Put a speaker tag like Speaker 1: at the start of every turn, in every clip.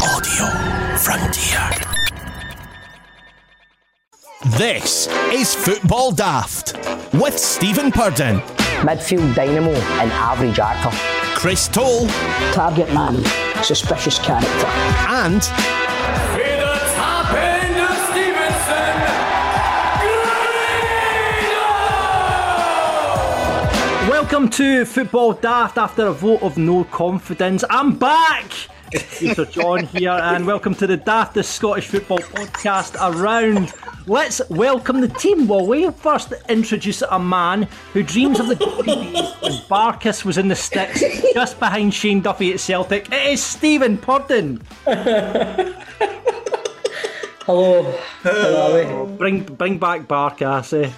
Speaker 1: Audio Frontier.
Speaker 2: This is Football Daft with Stephen Purden,
Speaker 3: midfield dynamo and average actor.
Speaker 2: Chris Toll,
Speaker 4: Target man, suspicious character.
Speaker 2: and
Speaker 5: Welcome to Football Daft after a vote of no confidence. I'm back! Peter John here, and welcome to the Daftest Scottish Football Podcast around. Let's welcome the team, will we? First, introduce a man who dreams of the days when Barkas was in the sticks just behind Shane Duffy at Celtic. It is Stephen Purden.
Speaker 4: Hello. Hello.
Speaker 5: Bring bring back Barkas, eh?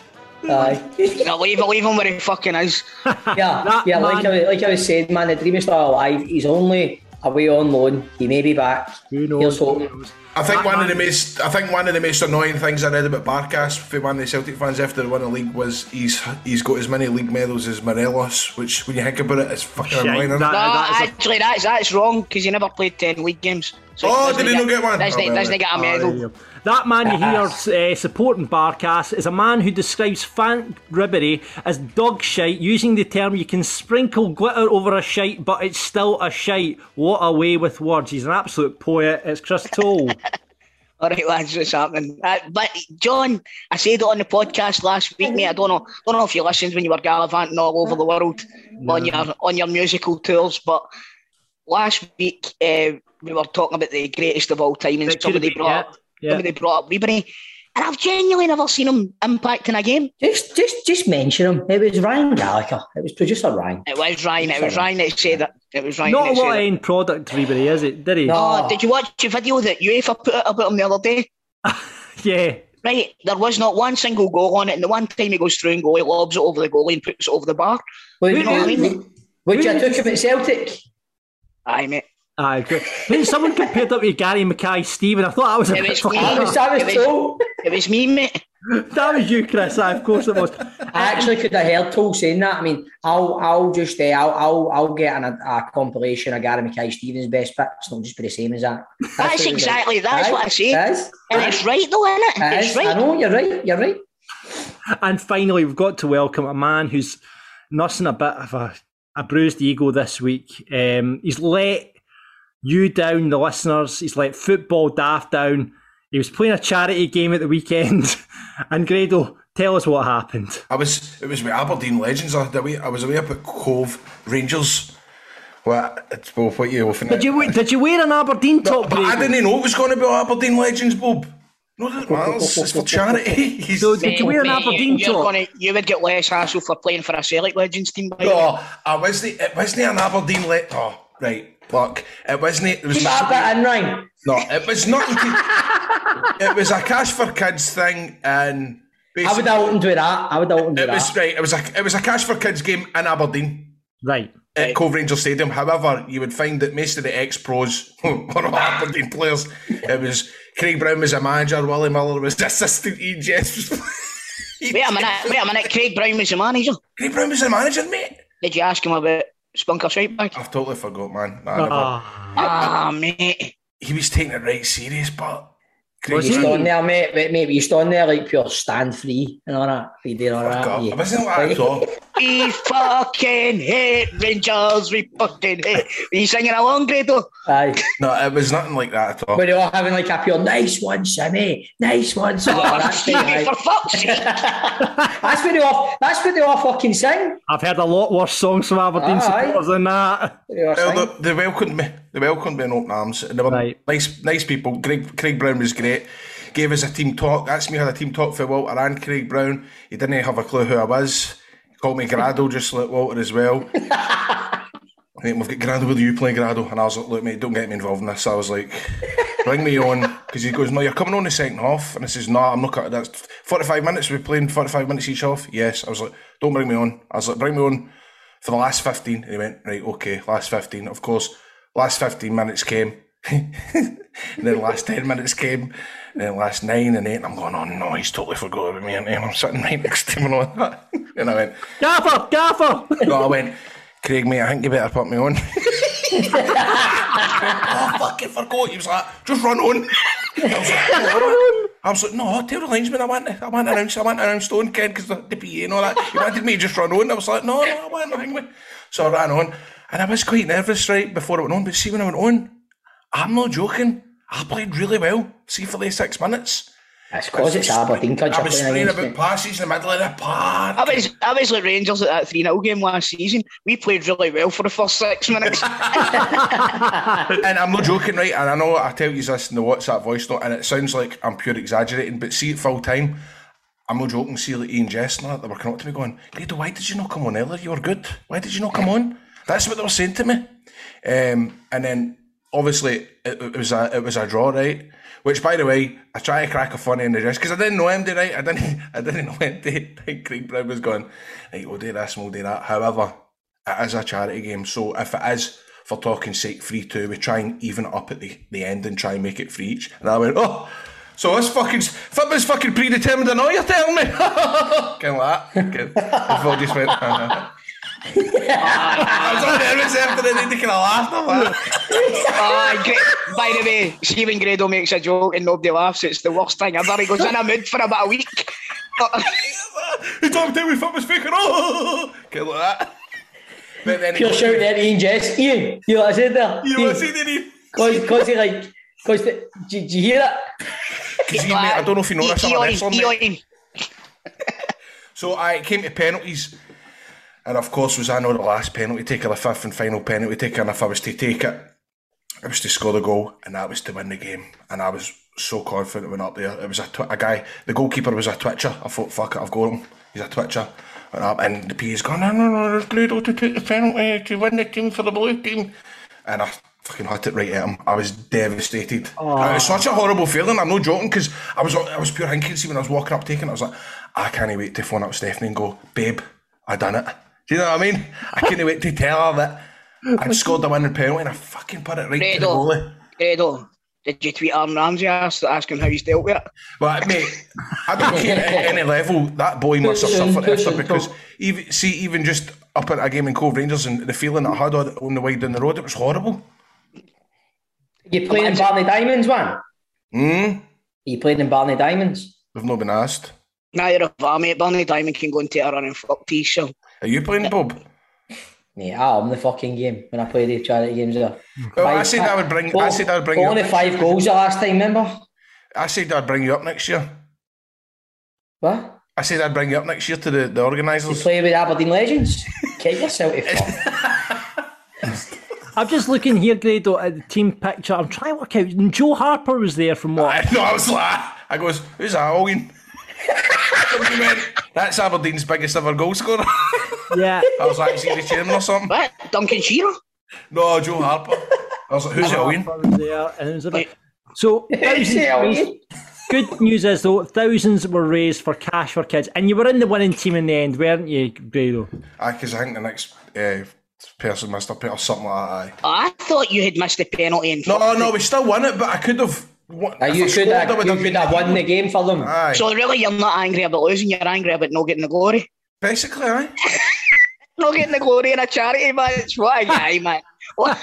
Speaker 4: Aye.
Speaker 6: Yeah, leave, leave him where he fucking is.
Speaker 4: Yeah,
Speaker 5: That
Speaker 4: yeah like,
Speaker 5: man-
Speaker 4: I, was- like I was saying, man, the dream is still alive. He's only away on loan. He may be back.
Speaker 5: Who
Speaker 4: Here's
Speaker 5: knows?
Speaker 4: hoping.
Speaker 7: I think
Speaker 5: Batman.
Speaker 7: one of the most I think one of the most annoying things I read about Barkas for one of the Celtic fans after they won the league was he's he's got as many league medals as Morelos, which when you think about it, it's fucking
Speaker 5: Shite,
Speaker 7: annoying. isn't it?
Speaker 5: that-
Speaker 6: No,
Speaker 5: that is a-
Speaker 6: actually, that's that's wrong because he never played ten league games. So
Speaker 7: Oh,
Speaker 6: doesn't
Speaker 7: did he not get one?
Speaker 6: Doesn't,
Speaker 7: Oh, well,
Speaker 6: doesn't get a
Speaker 7: well.
Speaker 5: Ah, there
Speaker 6: medal.
Speaker 5: you go. That man you hear uh, supporting Barkas is a man who describes Frank Ribery as dog shite, using the term you can sprinkle glitter over a shite, but it's still a shite. What a way with words. He's an absolute poet. It's Chris Toll.
Speaker 6: All right, lads, what's happening? Uh, but John, I said it on the podcast last week, mate. I don't know, don't know if you listened when you were gallivanting all over the world on your on your musical tours, but last week uh, we were talking about the greatest of all time, and
Speaker 5: That could have
Speaker 6: somebody
Speaker 5: been-
Speaker 6: brought up
Speaker 5: yeah, yeah.
Speaker 6: somebody brought up Ribery, and I've genuinely never seen him impacting a game.
Speaker 4: Just, just, just mention him. It was Ryan Gallagher. It was producer Ryan.
Speaker 6: It was Ryan. It was
Speaker 4: Sorry.
Speaker 6: Ryan that said that. It was Ryan.
Speaker 5: Not
Speaker 6: that
Speaker 5: a
Speaker 6: said
Speaker 5: lot of
Speaker 6: that.
Speaker 5: end product, Ribery, is it? Did he?
Speaker 4: No.
Speaker 6: Oh, did you watch the video that UEFA put out about him the other day?
Speaker 5: Yeah.
Speaker 6: Right, there was not one single goal on it, and the one time he goes through and goal, he lobs it over the goalie and puts it over the bar.
Speaker 4: Would,
Speaker 5: Who-
Speaker 6: who-
Speaker 4: would you took him at Celtic?
Speaker 6: Aye, mate.
Speaker 5: Aye, good. Then someone compared up to Gary Mackay Stephen. I thought that was a
Speaker 6: It
Speaker 5: bit
Speaker 6: was
Speaker 5: fucking-
Speaker 4: I was, I was
Speaker 6: It was-
Speaker 4: told.
Speaker 6: It was me, mate.
Speaker 5: That was you, Chris. Aye, of course it was.
Speaker 4: I
Speaker 6: Um,
Speaker 4: actually could have heard Toll saying that. I mean, I'll, I'll just, uh, I'll, I'll, I'll get an, a compilation of Gary Mackay Stevens' best bits. It'll just be the same as that.
Speaker 6: That's
Speaker 4: what it was.
Speaker 6: exactly- that's
Speaker 4: Aye,
Speaker 6: what I say.
Speaker 4: It is.
Speaker 6: And it's right, though, isn't it?
Speaker 4: It
Speaker 6: It's
Speaker 4: is. I
Speaker 6: right.
Speaker 4: know you're right. You're right.
Speaker 5: And finally, we've got to welcome a man who's nursing a bit of a, a bruised ego this week. Um, he's let you down, the listeners. He's let football daft down. He was playing a charity game at the weekend. And Grado, tell us what happened.
Speaker 7: I was it was with Aberdeen Legends. I, the way, I was away up at Cove Rangers. Well, it's well, what you often.
Speaker 5: Did you we- did you wear an Aberdeen top?
Speaker 7: but I
Speaker 5: Grado?
Speaker 7: didn't know it was going to be Aberdeen Legends, Bob. No, that matters. It's for charity. He's,
Speaker 5: So did you wear an
Speaker 6: Mate,
Speaker 5: Aberdeen
Speaker 6: you're
Speaker 5: top?
Speaker 6: gonna- you would get less hassle for playing for a Celtic Legends team. By the way.
Speaker 7: no, I wasn't. Oh, It wasn't an Aberdeen. Le- oh, right. Look, it wasn't. It was
Speaker 4: That bit in Ryan.
Speaker 7: No, it was not. it was a cash for kids thing, and
Speaker 4: I would
Speaker 7: basically,
Speaker 4: have opened with that. I would have opened with
Speaker 7: it
Speaker 4: that.
Speaker 7: was right. It was a it was a cash for kids game in Aberdeen
Speaker 5: Right.
Speaker 7: at Cove Ranger Stadium. However, you would find that most of the ex pros were all Aberdeen players. It was Craig Brown was a manager, Willie Miller was the assistant. EJS was
Speaker 6: Wait a minute, wait a minute. Craig Brown was the manager.
Speaker 7: Craig Brown was the manager, mate.
Speaker 6: Did you ask him about Spunker Strikeback?
Speaker 7: I've totally forgot, man. I never-
Speaker 5: Ah,
Speaker 6: Ah, mate.
Speaker 7: He was taking it right serious, but Craig
Speaker 5: Was
Speaker 4: You
Speaker 5: he?
Speaker 4: stood there, mate, mate, mate. You stood there like pure stand free and all that. You did all
Speaker 7: Fuck
Speaker 4: that.
Speaker 7: up.
Speaker 4: you-
Speaker 7: I wasn't like that at all.
Speaker 6: We fucking hate Rangers. We fucking hate. Are you singing along, Grado?
Speaker 4: Aye.
Speaker 7: No, it was nothing like that at all.
Speaker 4: But they all having like a pure nice one, Sammy. Nice one, Sammy.
Speaker 6: Oh,
Speaker 4: That's
Speaker 6: excuse me, for
Speaker 4: what
Speaker 6: fuck's sake.
Speaker 4: that's what they all. That's what they all fucking sing.
Speaker 5: I've heard a lot worse songs from Aberdeen
Speaker 4: Aye.
Speaker 5: supporters than that.
Speaker 4: They all
Speaker 7: Well,
Speaker 4: sing.
Speaker 7: they, they welcomed me. They welcomed me in open arms. And they were
Speaker 5: Right.
Speaker 7: nice, nice people. Craig, Craig Brown was great. Gave us a team talk. That's me had a team talk for Walter and Craig Brown. He didn't have a clue who I was. He called me Grado, just like Walter as well. Mate, we've got Grado. Where do you play Grado? And I was like, look, mate, don't get me involved in this. I was like, bring me on. Because he goes, no, you're coming on the second half. And I says, nah, I'm not cutting that. 45 minutes, we're playing 45 minutes each half. Yes. I was like, don't bring me on. I was like, bring me on for the last 15. And he went, right, okay, last 15. Of course, last 15 minutes came. and then last 10 minutes came. And then last nine and eight. And I'm going, oh no, he's totally forgot about me. And I'm sitting right next to him and all that. And I went,
Speaker 5: Gaffer, gaffer.
Speaker 7: no, I went, Craig, mate, I think you better put me on. Oh, I fucking forgot. He was like, just run on. I was like, "No, run on." I was like, no, tell the linesman I want, I want to announce, I want to announce Stone Ken because the, the PA and all that. He wanted me to just run on. I was like, no, no, I want to hang with. So I ran on, and I was quite nervous right before I went on. But see, when I went on, I'm not joking. I played really well. See for the six minutes.
Speaker 4: That's because it's Aberdeen country.
Speaker 7: I was spraying about passes in the middle of the park.
Speaker 6: I was I was like Rangers at that 3 0 game last season. We played really well for the first six minutes.
Speaker 7: and I'm not joking, right? And I know I tell you this in the WhatsApp voice note, and it sounds like I'm pure exaggerating, but see at full time, I'm not joking. See, like Ian Jess and that, they were coming up to me going, Grado, why did you not come on earlier? You were good. Why did you not come on? That's what they were saying to me. Um, and then obviously it, it was a it was a draw, right? Which, by the way, I try to crack a funny in the dress because I didn't know Andy, right? I didn't I didn't know Andy. Craig Brown was going, right, we'll do this and we'll do that. However, it is a charity game, so if it is for talking sake free two, we try and even it up at the, the end and try and make it free each. And I went, oh, so this fucking football's fucking predetermined. I know you're telling me. kind of like that. Kind of- I thought just went. uh-huh. I was on nervous after the kind of laughed. I'm like,
Speaker 6: Ah, great. By the way, Stephen Grado makes a joke and nobody laughs. It's the worst thing ever. He goes in a mood for about a week.
Speaker 7: He told me we football's faking. Oh, kind of like that. But then
Speaker 4: You're shouting at Ian Jess, Ian, you know what I said there?
Speaker 7: You
Speaker 4: Ian,
Speaker 7: were seeing any?
Speaker 4: Cause, cause he like, cause the, do, do you hear it?
Speaker 7: Mate, I don't know if you know this. I'm a wrestler, mate.
Speaker 6: Eoin,
Speaker 7: So I came to penalties, and of course, was I know the last penalty taker, the fifth and final penalty taker, and if I was to take it, it was to score the goal, and that was to win the game. And I was so confident when up there. It was a, tw- a guy, the goalkeeper was a twitcher. I thought, fuck it, I've got him. He's a twitcher. And, up, and the PA's gone, no, no, no, there's Gludo to take the penalty to win the team for the blue team. And I fucking hit it right at him. I was devastated. It was such a horrible feeling. I'm not joking because I was I was pure hinking. See, when I was walking up taking it, I was like, I can't wait to phone up Stephanie and go, babe, I done it. Do you know what I mean? I can't wait to tell her that. I scored the winning penalty and I fucking put it right to the
Speaker 6: Fredo.
Speaker 7: goalie.
Speaker 6: Grado, did you tweet Aaron Ramsey? I asked, ask him how he's dealt with it.
Speaker 7: But mate, I don't care at any level. That boy must have
Speaker 4: Pushing,
Speaker 7: suffered extra
Speaker 4: pushing,
Speaker 7: because
Speaker 4: pull.
Speaker 7: even see, even just up at a game in Cove Rangers and the feeling I had on on the way down the road, it was horrible.
Speaker 4: You playing in Barney Diamonds, man?
Speaker 7: Mm,
Speaker 4: You playing in Barney Diamonds?
Speaker 7: we've not been asked.
Speaker 6: Now you're a VAR, mate. Barney Diamond can go and take her on and fuck peace. So.
Speaker 7: Are you playing Bob?
Speaker 4: Yeah, I am the fucking game when I play the charity games there.
Speaker 7: Well, Oh, I said I would bring. I said I would bring you.
Speaker 4: Only
Speaker 7: Up.
Speaker 4: five goals the last time, remember?
Speaker 7: I said I'd bring you up next year.
Speaker 4: What?
Speaker 7: I said I'd bring you up next year to the the
Speaker 4: You
Speaker 7: organisers.
Speaker 4: play with Aberdeen Legends? Get yourself to fuck.
Speaker 5: I'm just looking here, Grado, at the team picture. I'm trying to work out. and Joe Harper was there from what?
Speaker 7: I know. I was like, I goes, who's that? Owen. Somebody went, That's Aberdeen's biggest ever goal scorer.
Speaker 5: yeah.
Speaker 7: I was like, is he the chairman or something?
Speaker 6: What? Duncan Shearer?
Speaker 7: No, Joe Harper. I was like, who's
Speaker 5: Joe
Speaker 7: Owen?
Speaker 5: Harper was there, and it was about- So,
Speaker 4: Yeah, Owen.
Speaker 5: good news is, though, thousands were raised for Cash for Kids. And you were in the winning team in the end, weren't you, Grado?
Speaker 7: Aye, because I think the next uh, person missed a penalty or something like that. Aye.
Speaker 6: Oh, I thought you had missed the penalty. And
Speaker 7: No, no, we still won it, but I could have. What,
Speaker 4: Now, you should have, you should have won the game for them.
Speaker 7: Aye.
Speaker 6: So really, you're not angry about losing. You're angry about not getting the glory.
Speaker 7: Basically, aye.
Speaker 6: Not getting the glory in a charity match. What a guy, man. What?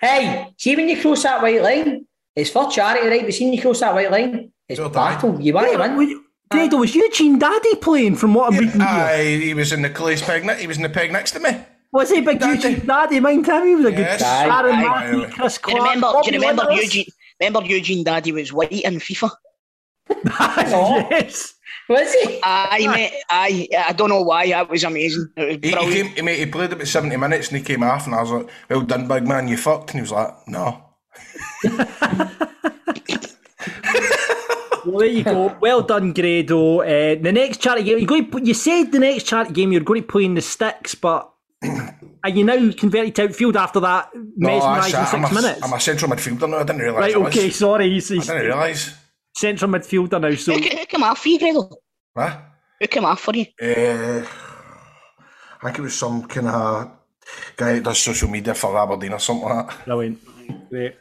Speaker 4: Hey, see when you cross that white line, it's for charity, right? But see when you cross that white line, it's
Speaker 7: You're
Speaker 4: battle. You want to win.
Speaker 5: Was- Grado, was Eugene Daddy playing from what I'm reading here?
Speaker 7: Aye, he was in the Clay's peg. ne- He was in the peg next to me.
Speaker 5: Was he big
Speaker 7: Daddy.
Speaker 5: Eugene Daddy? Mind him, he was a good
Speaker 7: Yes.
Speaker 4: Aye,
Speaker 5: Aaron
Speaker 6: aye.
Speaker 5: Matthew, Chris
Speaker 6: Do you
Speaker 5: Clark.
Speaker 6: remember? Do
Speaker 5: Bobby
Speaker 6: you remember
Speaker 5: Winters.
Speaker 6: Eugene? Remember Eugene Daddy was white in FIFA.
Speaker 5: yes.
Speaker 4: Was he?
Speaker 6: Aye, mate. Aye. I don't know why. That was amazing. It was
Speaker 7: He, he,
Speaker 6: brilliant.
Speaker 7: came, he, mate, he played about 70 minutes and he came off, and I was like, well done, big man, you fucked. And he was like, no.
Speaker 5: Well, there you go. Well done, Grado. Uh, the next charity game, you're going to, you said the next charity game you're going to play in the sticks, but are you now converted to outfield after that
Speaker 7: No, Oh, I
Speaker 5: mesmerising
Speaker 7: sat- I'm,
Speaker 5: six
Speaker 7: a,
Speaker 5: minutes?
Speaker 7: I'm a central midfielder now. I didn't realise.
Speaker 5: right,
Speaker 7: I was.
Speaker 5: okay, sorry. He's,
Speaker 7: I
Speaker 5: he's
Speaker 7: didn't realise.
Speaker 5: central midfielder now, so
Speaker 6: Who, ca- who came off for you, Grado?
Speaker 7: Huh?
Speaker 6: Who came off for you?
Speaker 7: Uh, I think it was some kind of guy that does social media for Aberdeen or something like that.
Speaker 5: brilliant. Great.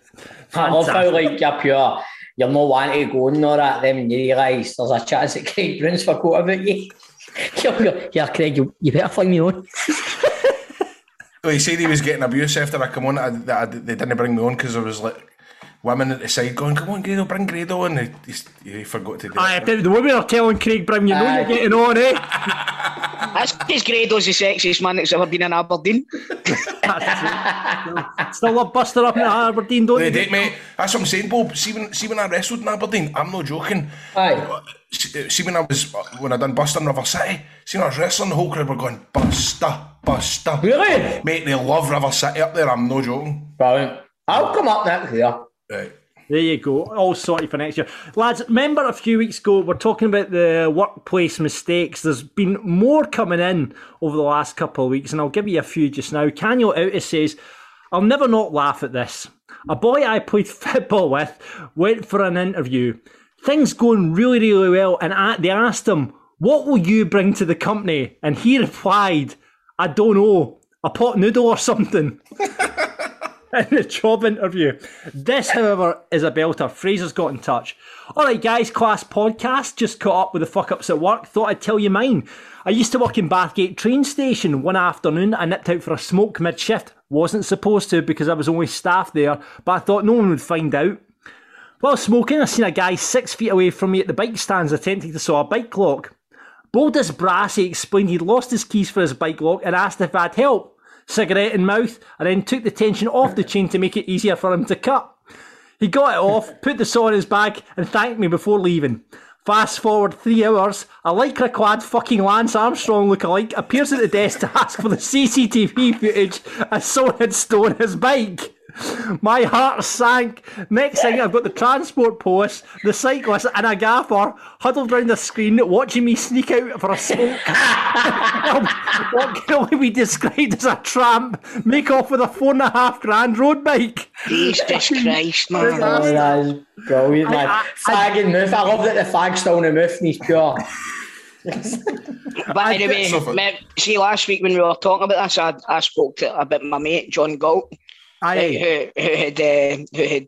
Speaker 4: I love how
Speaker 5: Fantastic.
Speaker 4: like you're pure. You're not wanting to go and all that. Then you realise there's a chance that Craig Bruns for quarterback you. You're, you're, yeah, Craig, you, you better fling me on.
Speaker 7: Well, he said he was getting abuse after I come on. I, that I, they didn't bring me on because there was like women at the side going, "Come on, Grado, bring Grado on." He, he, he forgot to do
Speaker 5: Aye,
Speaker 7: it.
Speaker 5: the the women are telling Craig Brown, you know
Speaker 4: Aye.
Speaker 5: you're getting on, eh?
Speaker 6: That's because Grado's the sexiest man that's ever been in Aberdeen.
Speaker 5: That's it. Still love Buster up in Aberdeen, don't
Speaker 7: They
Speaker 5: you?
Speaker 7: did, mate. That's what I'm saying, Bob. See when, see when I wrestled in Aberdeen, I'm not joking.
Speaker 4: Aye.
Speaker 7: See, see when I was when I done Buster in River City. See when I was wrestling, the whole crowd were going Buster, Buster.
Speaker 4: Really?
Speaker 7: Mate, they love River City up there. I'm no joking.
Speaker 4: Brilliant. I'll come up next year.
Speaker 7: Right.
Speaker 5: There you go, all sorted for next year. Lads, remember a few weeks ago, we're talking about the workplace mistakes. There's been more coming in over the last couple of weeks, and I'll give you a few just now. Canyon Otis says, I'll never not laugh at this. A boy I played football with went for an interview. Things going really, really well, and I, they asked him, What will you bring to the company? And he replied, I don't know, a pot noodle or something in the job interview. This, however, is a belter. Fraser's got in touch. All right, guys, class podcast. Just caught up with the fuck ups at work. Thought I'd tell you mine. I used to work in Bathgate train station. One afternoon, I nipped out for a smoke mid shift. Wasn't supposed to because I was only staff there, but I thought no one would find out. While smoking, I seen a guy six feet away from me at the bike stands attempting to saw a bike lock. Bold as brass, he explained he'd lost his keys for his bike lock and asked if I'd help cigarette in mouth, and then took the tension off the chain to make it easier for him to cut. He got it off, put the saw in his bag, and thanked me before leaving. Fast forward three hours, a lycra clad fucking Lance Armstrong lookalike appears at the desk to ask for the CCTV footage as someone had stolen his bike. My heart sank. Next thing, I've got the transport police, the cyclist, and a gaffer huddled round the screen watching me sneak out for a smoke what can only be described as a tramp make off with a four and a half grand road bike.
Speaker 6: Jesus Christ, man.
Speaker 4: Oh, that is brilliant, man.
Speaker 5: I-
Speaker 4: fag and Muth. I love that the fag's still in the Muth and he's pure.
Speaker 6: But anyway,
Speaker 7: suffer.
Speaker 6: mate, see, last week when we were talking about this, I, I spoke to about my mate, John Galt,
Speaker 5: Aye.
Speaker 6: who, who had uh, who had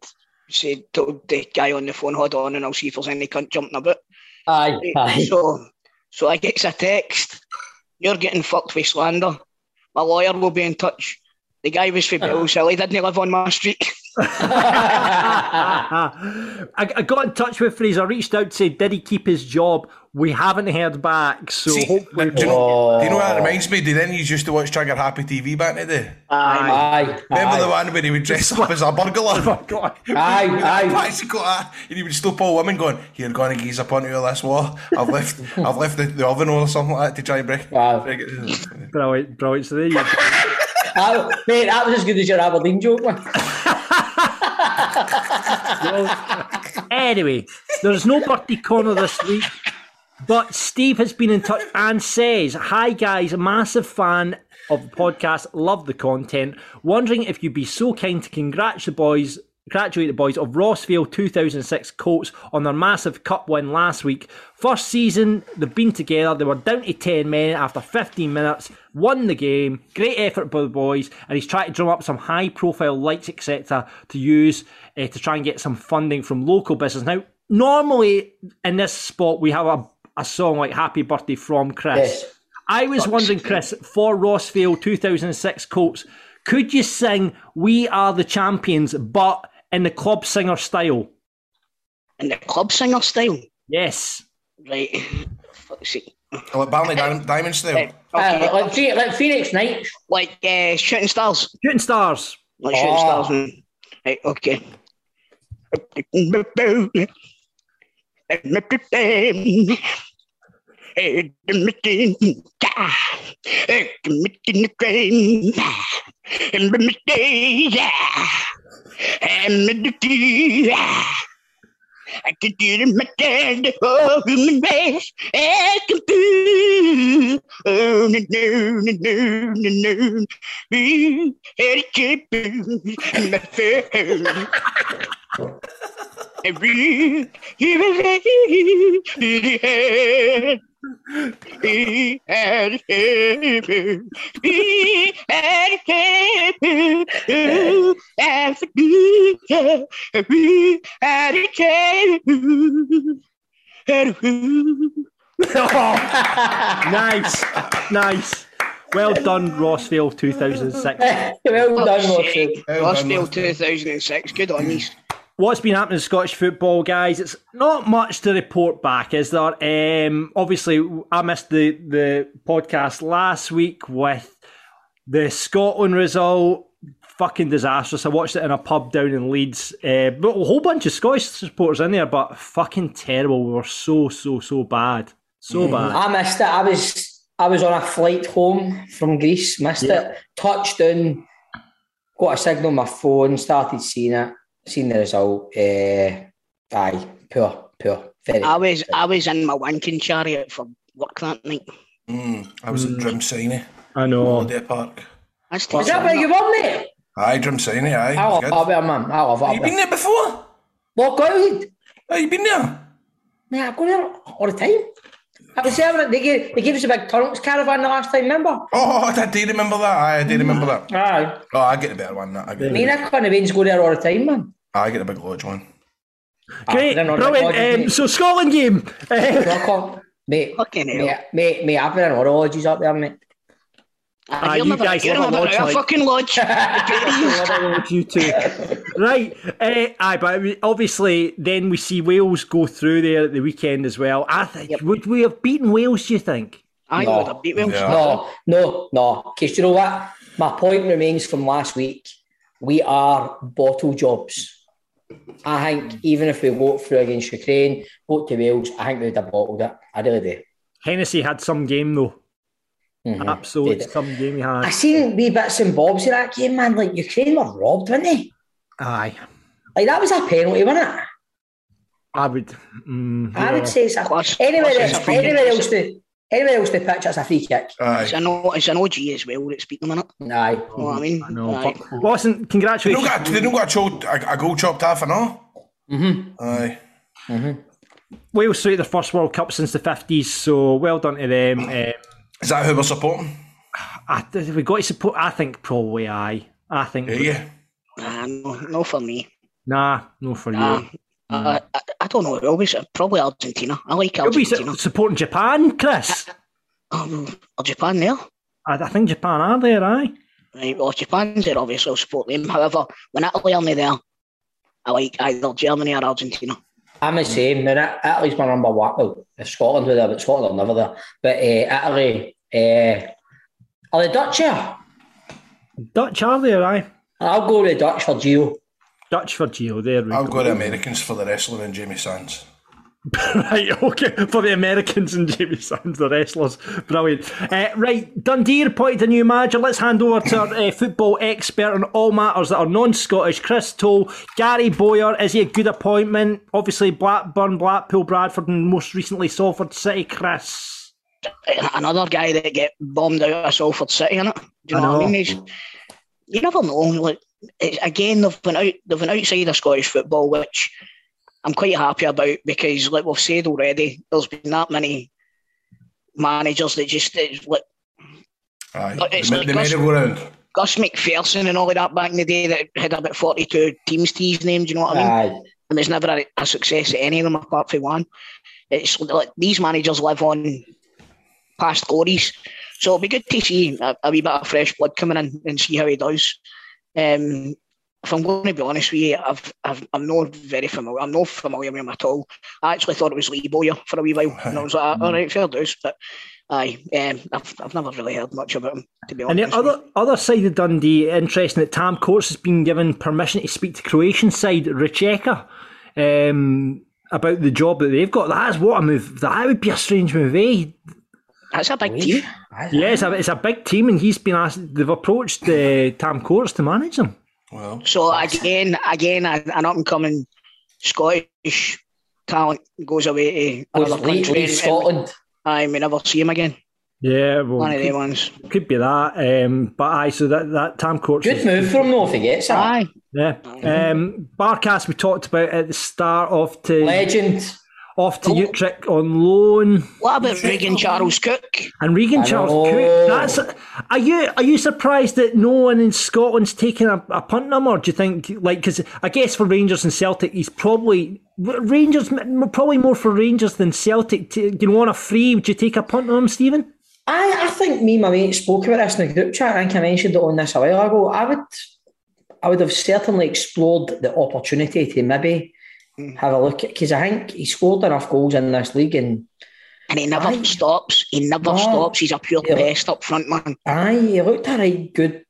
Speaker 6: said, told the guy on the phone, hold on, and I'll see if there's any cunt jumping about.
Speaker 4: Aye, aye.
Speaker 6: So, so I gets a text. You're getting fucked with slander. My lawyer will be in touch. The guy was from
Speaker 4: Uh-huh.
Speaker 6: Bills Hill. He didn't live on my street.
Speaker 5: I, I got in touch with Fraser, reached out to say, did he keep his job? We haven't heard back, so
Speaker 7: See,
Speaker 5: hopefully.
Speaker 7: do, you know, do you know what that reminds me? Did any of you used to watch Trigger Happy TV back in the day?
Speaker 4: Aye,
Speaker 7: Remember the
Speaker 4: aye.
Speaker 7: one where he would dress up as a burglar?
Speaker 5: God.
Speaker 4: Aye, aye.
Speaker 7: Why's he got that? And he would still pull women going, You're gonna geeze up onto your last wall. I've left I've left the, the oven or something like that to try and break,
Speaker 4: Wow.
Speaker 7: break it.
Speaker 5: Brilliant, brilliant. So there you go.
Speaker 4: That- Mate, that was as good as your Aberdeen joke, man.
Speaker 5: Anyway, there's no birthday corner this week, but Steve has been in touch and says, Hi guys, massive fan of the podcast, love the content. Wondering if you'd be so kind to congratulate the boys. Congratulate the boys of Rossville 2006 Colts on their massive cup win last week. First season, they've been together. They were down to 10 men after 15 minutes, won the game. Great effort by the boys, and he's tried to drum up some high profile lights, etc., to use eh, to try and get some funding from local business. Now, normally in this spot, we have a, a song like Happy Birthday from Chris.
Speaker 4: Yes.
Speaker 5: I was wondering, Chris, for Rossville 2006 Colts, could you sing We Are the Champions, but in the club singer style?
Speaker 6: In the club singer style.
Speaker 5: Yes.
Speaker 6: Right. Fuck's sake.
Speaker 7: Like Barney Dim- Diamond style.
Speaker 6: Right,
Speaker 4: Aye,
Speaker 6: okay.
Speaker 4: like, like, Phe- like Phoenix Knights.
Speaker 6: Like uh, shooting stars.
Speaker 5: Shooting Stars.
Speaker 6: Like shooting
Speaker 4: Ah.
Speaker 6: stars. man. Right, okay. I could do the matter oh, the whole human race. I could do. Oh, no, no, no, no, no, no. Me, had a chip in my phone. And we, he was a he, he had. He had a chip. He had a chip. Oh, I forget. We had a chip. Had a
Speaker 5: nice. Nice. Well done, Rossville 2006.
Speaker 4: well done, Rossville.
Speaker 6: Shit. Rossville 2006. Good on you.
Speaker 5: What's been happening in Scottish football, guys? It's not much to report back, is there? Um, obviously, I missed the, the podcast last week with the Scotland result. Fucking disastrous. I watched it in a pub down in Leeds. Uh, but a whole bunch of Scottish supporters in there, but fucking terrible. We were so, so, so bad. So bad.
Speaker 4: I missed it. I was I was on a flight home from Greece. Missed it. Touchdown. Got a signal on my phone. Started seeing it. Seen the result. Uh, aye, poor, poor. Very.
Speaker 6: I was I was in my wanking chariot for work that night.
Speaker 7: I was at Drum Siney,
Speaker 5: I know.
Speaker 7: Holiday Park.
Speaker 6: That's
Speaker 4: Is that where you were, mate?
Speaker 7: Aye, Drum Siney, aye.
Speaker 4: I
Speaker 7: it was
Speaker 4: love
Speaker 7: good.
Speaker 4: it up there, man. I love it
Speaker 7: you
Speaker 4: up
Speaker 7: been
Speaker 4: there.
Speaker 7: there before?
Speaker 4: Walk out.
Speaker 7: Have you been there?
Speaker 4: Mate, I go there all the time. I was there. when They gave, they gave us a big Turnips caravan the last time, remember?
Speaker 7: Oh, I do remember that. Aye, I do remember that.
Speaker 4: Aye.
Speaker 7: Oh, I get a better one. than That I get.
Speaker 4: Hmm. Me and I couldn't go there all the time, man.
Speaker 7: I get a big lodge one.
Speaker 5: Great.
Speaker 4: Ah, I don't know
Speaker 5: Brilliant. Um,
Speaker 4: that
Speaker 5: so, Scotland game.
Speaker 4: Rock on. Mate,
Speaker 6: Fucking hell.
Speaker 4: mate, mate, mate, I've been in orologies up there, mate.
Speaker 5: Ah, you guys
Speaker 6: you're
Speaker 5: love a
Speaker 6: never
Speaker 5: lodge
Speaker 6: out of
Speaker 5: like-
Speaker 6: fucking lodge.
Speaker 5: you two. Right. Uh, aye, but we- obviously, then we see Wales go through there at the weekend as well. I think would we have beaten Wales? Do you think?
Speaker 6: I
Speaker 4: No.
Speaker 6: would have beat Wales.
Speaker 7: Yeah.
Speaker 4: No, no, no. Because you know what? My point remains from last week. We are bottle jobs. I think even if we walked through against Ukraine, go to Wales, I think we'd have bottled it. I really do.
Speaker 5: Hennessy had some game though. Absolutely, some game he
Speaker 4: I
Speaker 5: had.
Speaker 4: seen wee bits and bobs in that game, man. Like Ukraine were robbed, weren't they?
Speaker 5: Aye,
Speaker 4: Like that was a penalty, wasn't it?
Speaker 5: I would. Mm,
Speaker 4: I would say it's a
Speaker 6: Plus-
Speaker 4: anywhere,
Speaker 6: plus it's a
Speaker 4: else,
Speaker 6: free kick.
Speaker 4: anywhere else the anywhere else the pitch, that's a free kick.
Speaker 6: It's
Speaker 7: Aye.
Speaker 6: an, O- it's an OG as well that's beating them in it.
Speaker 4: Aye.
Speaker 6: You know what I mean?
Speaker 5: I know.
Speaker 6: Aye.
Speaker 5: But, Lawson,
Speaker 7: They don't
Speaker 5: congratulations.
Speaker 7: got, they don't got a, cho- a, a goal chopped off and all. Mm-hmm. Aye.
Speaker 5: Wales through to their first World Cup since the fifties, so well done to them. Um,
Speaker 7: Is that who we're supporting?
Speaker 5: I, we got to support. I think probably aye. I think
Speaker 7: Yeah. yeah.
Speaker 6: Nah, no, no for me.
Speaker 5: nah, no for you.
Speaker 6: Nah. Uh, I, I don't know. Always, probably Argentina. I like
Speaker 5: You'll Mm. be
Speaker 6: Argentina.
Speaker 5: su- supporting Japan, Chris.
Speaker 6: Oh, or Japan there.
Speaker 5: I, I think Japan are there, aye.
Speaker 6: Right, well, Japan's there, obviously, I'll support them. However, when Italy are there, I like either Germany or Argentina.
Speaker 4: I'm the same. Man, It- Italy's my number one. Well, if Scotland were there, but Scotland are never there. But uh, Italy, uh, are the Dutch here?
Speaker 5: Dutch are there, aye.
Speaker 4: I'll go with the Dutch for Gio.
Speaker 5: Dutch for Geo. There we
Speaker 7: I'll
Speaker 5: go.
Speaker 7: go to Americans for the wrestling and Jamie Sands.
Speaker 5: Right, okay. For the Americans and Jamie Sands, the wrestlers. Brilliant. Uh, right, Dundee appointed a new manager. Let's hand over to our uh, football expert on all matters that are non Scottish, Chris Toll. Gary Boyer, is he a good appointment? Obviously, Blackburn, Blackpool, Bradford, and most recently, Salford City, Chris.
Speaker 6: Another guy that get bombed out of Salford City, innit? Do you know,
Speaker 5: I
Speaker 6: what I
Speaker 5: know.
Speaker 6: mean? He's- you never know. Like, it's, again, they've been out, they've been outside of Scottish football, which I'm quite happy about because, like we've said already, there's been that many managers that just it's like
Speaker 7: Aye.
Speaker 6: But it's
Speaker 7: They ma-
Speaker 6: like
Speaker 7: they made
Speaker 6: us-
Speaker 7: it go round.
Speaker 6: Gus McPherson and all of that back in the day that had about 42 teams to his name. Do you know what I mean?
Speaker 4: Aye.
Speaker 6: and there's never a, a success at any of them apart from one. It's like these managers live on past glories, so it'll be good to see a, a wee bit of fresh blood coming in and see how he does. Um, if I'm going to be honest with you, I've, I've, I'm not very familiar. I'm not familiar with him at all. I actually thought it was Lee Bowyer for a wee while, and I was like, all right, fair dues, but aye, um, I've, I've never really heard much about him to be
Speaker 5: And
Speaker 6: honest.
Speaker 5: the other, other side of Dundee, interesting that Tam Courts has been given permission to speak to Croatian side Rijeka um, about the job that they've got. That is what a move. That would be a strange move, eh?
Speaker 6: that's a big team.
Speaker 5: Yeah, it's a, it's a big team, and he's been asked. They've approached uh, Tam Courts to manage them.
Speaker 7: Well,
Speaker 6: So again, again, an an up and coming Scottish talent goes away to
Speaker 4: Goes
Speaker 6: another
Speaker 4: Lee-
Speaker 6: country.
Speaker 4: Lee Scotland.
Speaker 6: I may never see him again.
Speaker 5: Yeah,
Speaker 4: Oh,
Speaker 5: well,
Speaker 6: One of them
Speaker 5: could,
Speaker 6: ones.
Speaker 5: could be that. Um, but aye, so that that Tam Courts.
Speaker 4: eh? Good
Speaker 5: is-
Speaker 4: move for him, though, if he gets it.
Speaker 6: Aye,
Speaker 5: Yeah. Um, Barcast we talked about at the start off to
Speaker 4: Legend.
Speaker 5: off to Utrecht on loan.
Speaker 6: what about Regan Charles Cook?
Speaker 5: And Regan Charles Cook,
Speaker 4: know.
Speaker 5: that's are you are you surprised that no one in Scotland's taking a, a punt number? do you think like because I guess for Rangers and Celtic he's probably Rangers m- probably more for Rangers than Celtic. To, you know, on a free, would you take a punt on him, Stephen?
Speaker 4: I, I think me and my mate spoke about this in the group chat. I think I mentioned it on this a while ago. I would I would have certainly explored the opportunity to maybe have a look at because I think he scored enough goals in this league and
Speaker 6: And he never
Speaker 4: Aye.
Speaker 6: stops. He never
Speaker 4: No.
Speaker 6: stops. He's a pure
Speaker 4: Yeah.
Speaker 6: pest up front, man.
Speaker 4: aye, he looked a right good,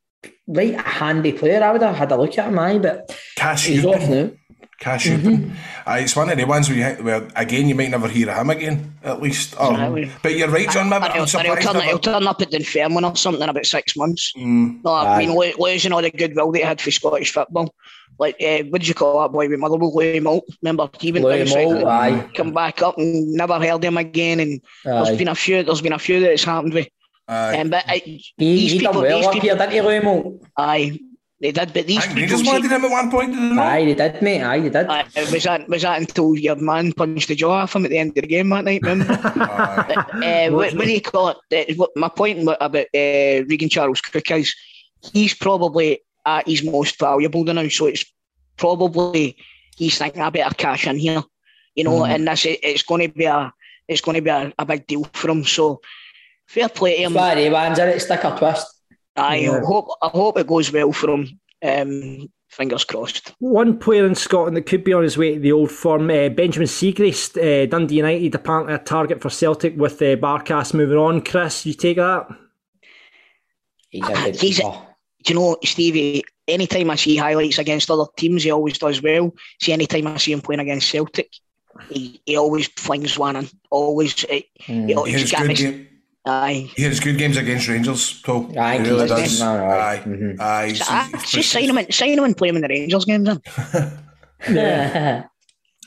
Speaker 4: right handy player. I would have had a look at him, aye, but
Speaker 7: Cash
Speaker 4: he's off
Speaker 7: Open.
Speaker 4: now.
Speaker 7: Cash
Speaker 6: Mm-hmm.
Speaker 7: Open. Aye, it's one of the ones where, you, think- where again you might never hear of him again, at least. Um,
Speaker 6: Exactly.
Speaker 7: But you're right, John. Maybe
Speaker 6: And
Speaker 7: I'm
Speaker 6: he'll, and he'll
Speaker 7: surprised.
Speaker 6: turn,
Speaker 7: never-
Speaker 6: he'll turn up at Dunfermline or something in about six months.
Speaker 4: Mm.
Speaker 6: no, I mean, lo- losing all the goodwill that he had for Scottish football. Like, uh, what did you call that boy with Motherwell? Louis Malt. Remember, he went
Speaker 4: Louis
Speaker 6: down south
Speaker 4: Malt,
Speaker 6: and
Speaker 4: aye.
Speaker 6: come back up and never heard him again. And
Speaker 4: Aye.
Speaker 6: there's been a few. There's been a few that it's happened with.
Speaker 7: Aye.
Speaker 6: Um, but uh,
Speaker 4: He,
Speaker 6: these
Speaker 4: he done
Speaker 6: people,
Speaker 4: well
Speaker 6: these
Speaker 4: up here,
Speaker 6: people,
Speaker 4: didn't he, Lumo?
Speaker 6: aye, they did. But
Speaker 7: I
Speaker 6: these
Speaker 7: think
Speaker 6: people,
Speaker 7: Rangers
Speaker 6: see-
Speaker 7: wanted him at one point, didn't they?
Speaker 4: Aye, he did, mate. Aye, he did.
Speaker 6: Aye, was that was that until your man punched the jaw off him at the end of the game that night, remember?
Speaker 7: Aye.
Speaker 6: But, uh, what, what do you call it? Uh, what, my point wa- about uh, Regan Charles Cook is he's probably at his most valuable now, so it's probably he's thinking I better cash in here, you know, and that's it, it's going to be a it's going to be a, a big deal for him. So fair play to him.
Speaker 4: But he wins it, stick or twist.
Speaker 6: I
Speaker 4: Yeah.
Speaker 6: hope I hope it goes well for him. Um, fingers crossed.
Speaker 5: One player in Scotland that could be on his way to the old firm, uh, Benjamin Seagrace, uh, Dundee United, apparently a target for Celtic with uh, Barkas moving on. Chris, you take that?
Speaker 4: He's a good
Speaker 6: Ah, He's a-
Speaker 4: keeper.
Speaker 6: do you know, Stevie, anytime I see highlights against other teams, he always does well. See, anytime I see him playing against Celtic, he, he always flings one in. Always. eh, he
Speaker 7: He
Speaker 6: always
Speaker 7: has
Speaker 6: got
Speaker 7: good
Speaker 6: mis-
Speaker 7: game.
Speaker 6: Aye.
Speaker 7: He has good games against Rangers, Paul.
Speaker 4: Aye,
Speaker 7: he
Speaker 4: he
Speaker 7: really
Speaker 4: does.
Speaker 7: does.
Speaker 4: No, no, aye.
Speaker 7: Aye,
Speaker 4: Mhm.
Speaker 7: aye. he's-
Speaker 6: Ah,
Speaker 7: he's-
Speaker 6: Just sign him, and, sign him and play him in the Rangers games then.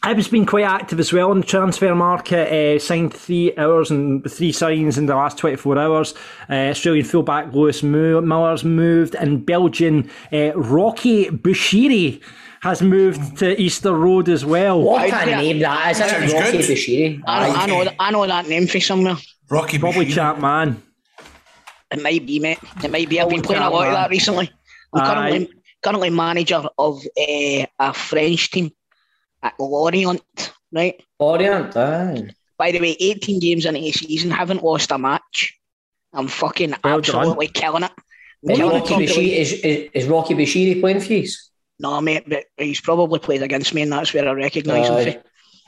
Speaker 5: Ibs been quite active as well in the transfer market. Uh, signed three hours and three signs in the last 24 hours. Uh, Australian fullback Lewis Mu- Miller's moved, and Belgian uh, Rocky Bushiri has moved to Easter Road as well.
Speaker 4: What
Speaker 6: Aye,
Speaker 4: a
Speaker 6: yeah.
Speaker 4: name that is. Isn't
Speaker 7: Sounds
Speaker 4: it Rocky
Speaker 7: good.
Speaker 4: Bushiri?
Speaker 6: I know,
Speaker 4: Aye.
Speaker 6: I know, that- I know that name from somewhere.
Speaker 7: Rocky
Speaker 5: Probably
Speaker 7: Bashir.
Speaker 5: chap man.
Speaker 6: It might be, mate. It might be. I've been playing a lot of that recently. I'm
Speaker 5: Aye.
Speaker 6: currently, currently manager of eh, a French team at Lorient, right?
Speaker 4: Orient, aye.
Speaker 6: By the way, 18 games into the season, haven't lost a match. I'm fucking
Speaker 5: Well
Speaker 6: absolutely killing it. I'm
Speaker 4: Is
Speaker 6: killing it
Speaker 4: Rocky Bashiri,
Speaker 6: completely.
Speaker 4: is, is, is Rocky Bashiri playing for you?
Speaker 6: No, mate, but he's probably played against me, and that's where I recognise him.
Speaker 4: Aye.
Speaker 6: from.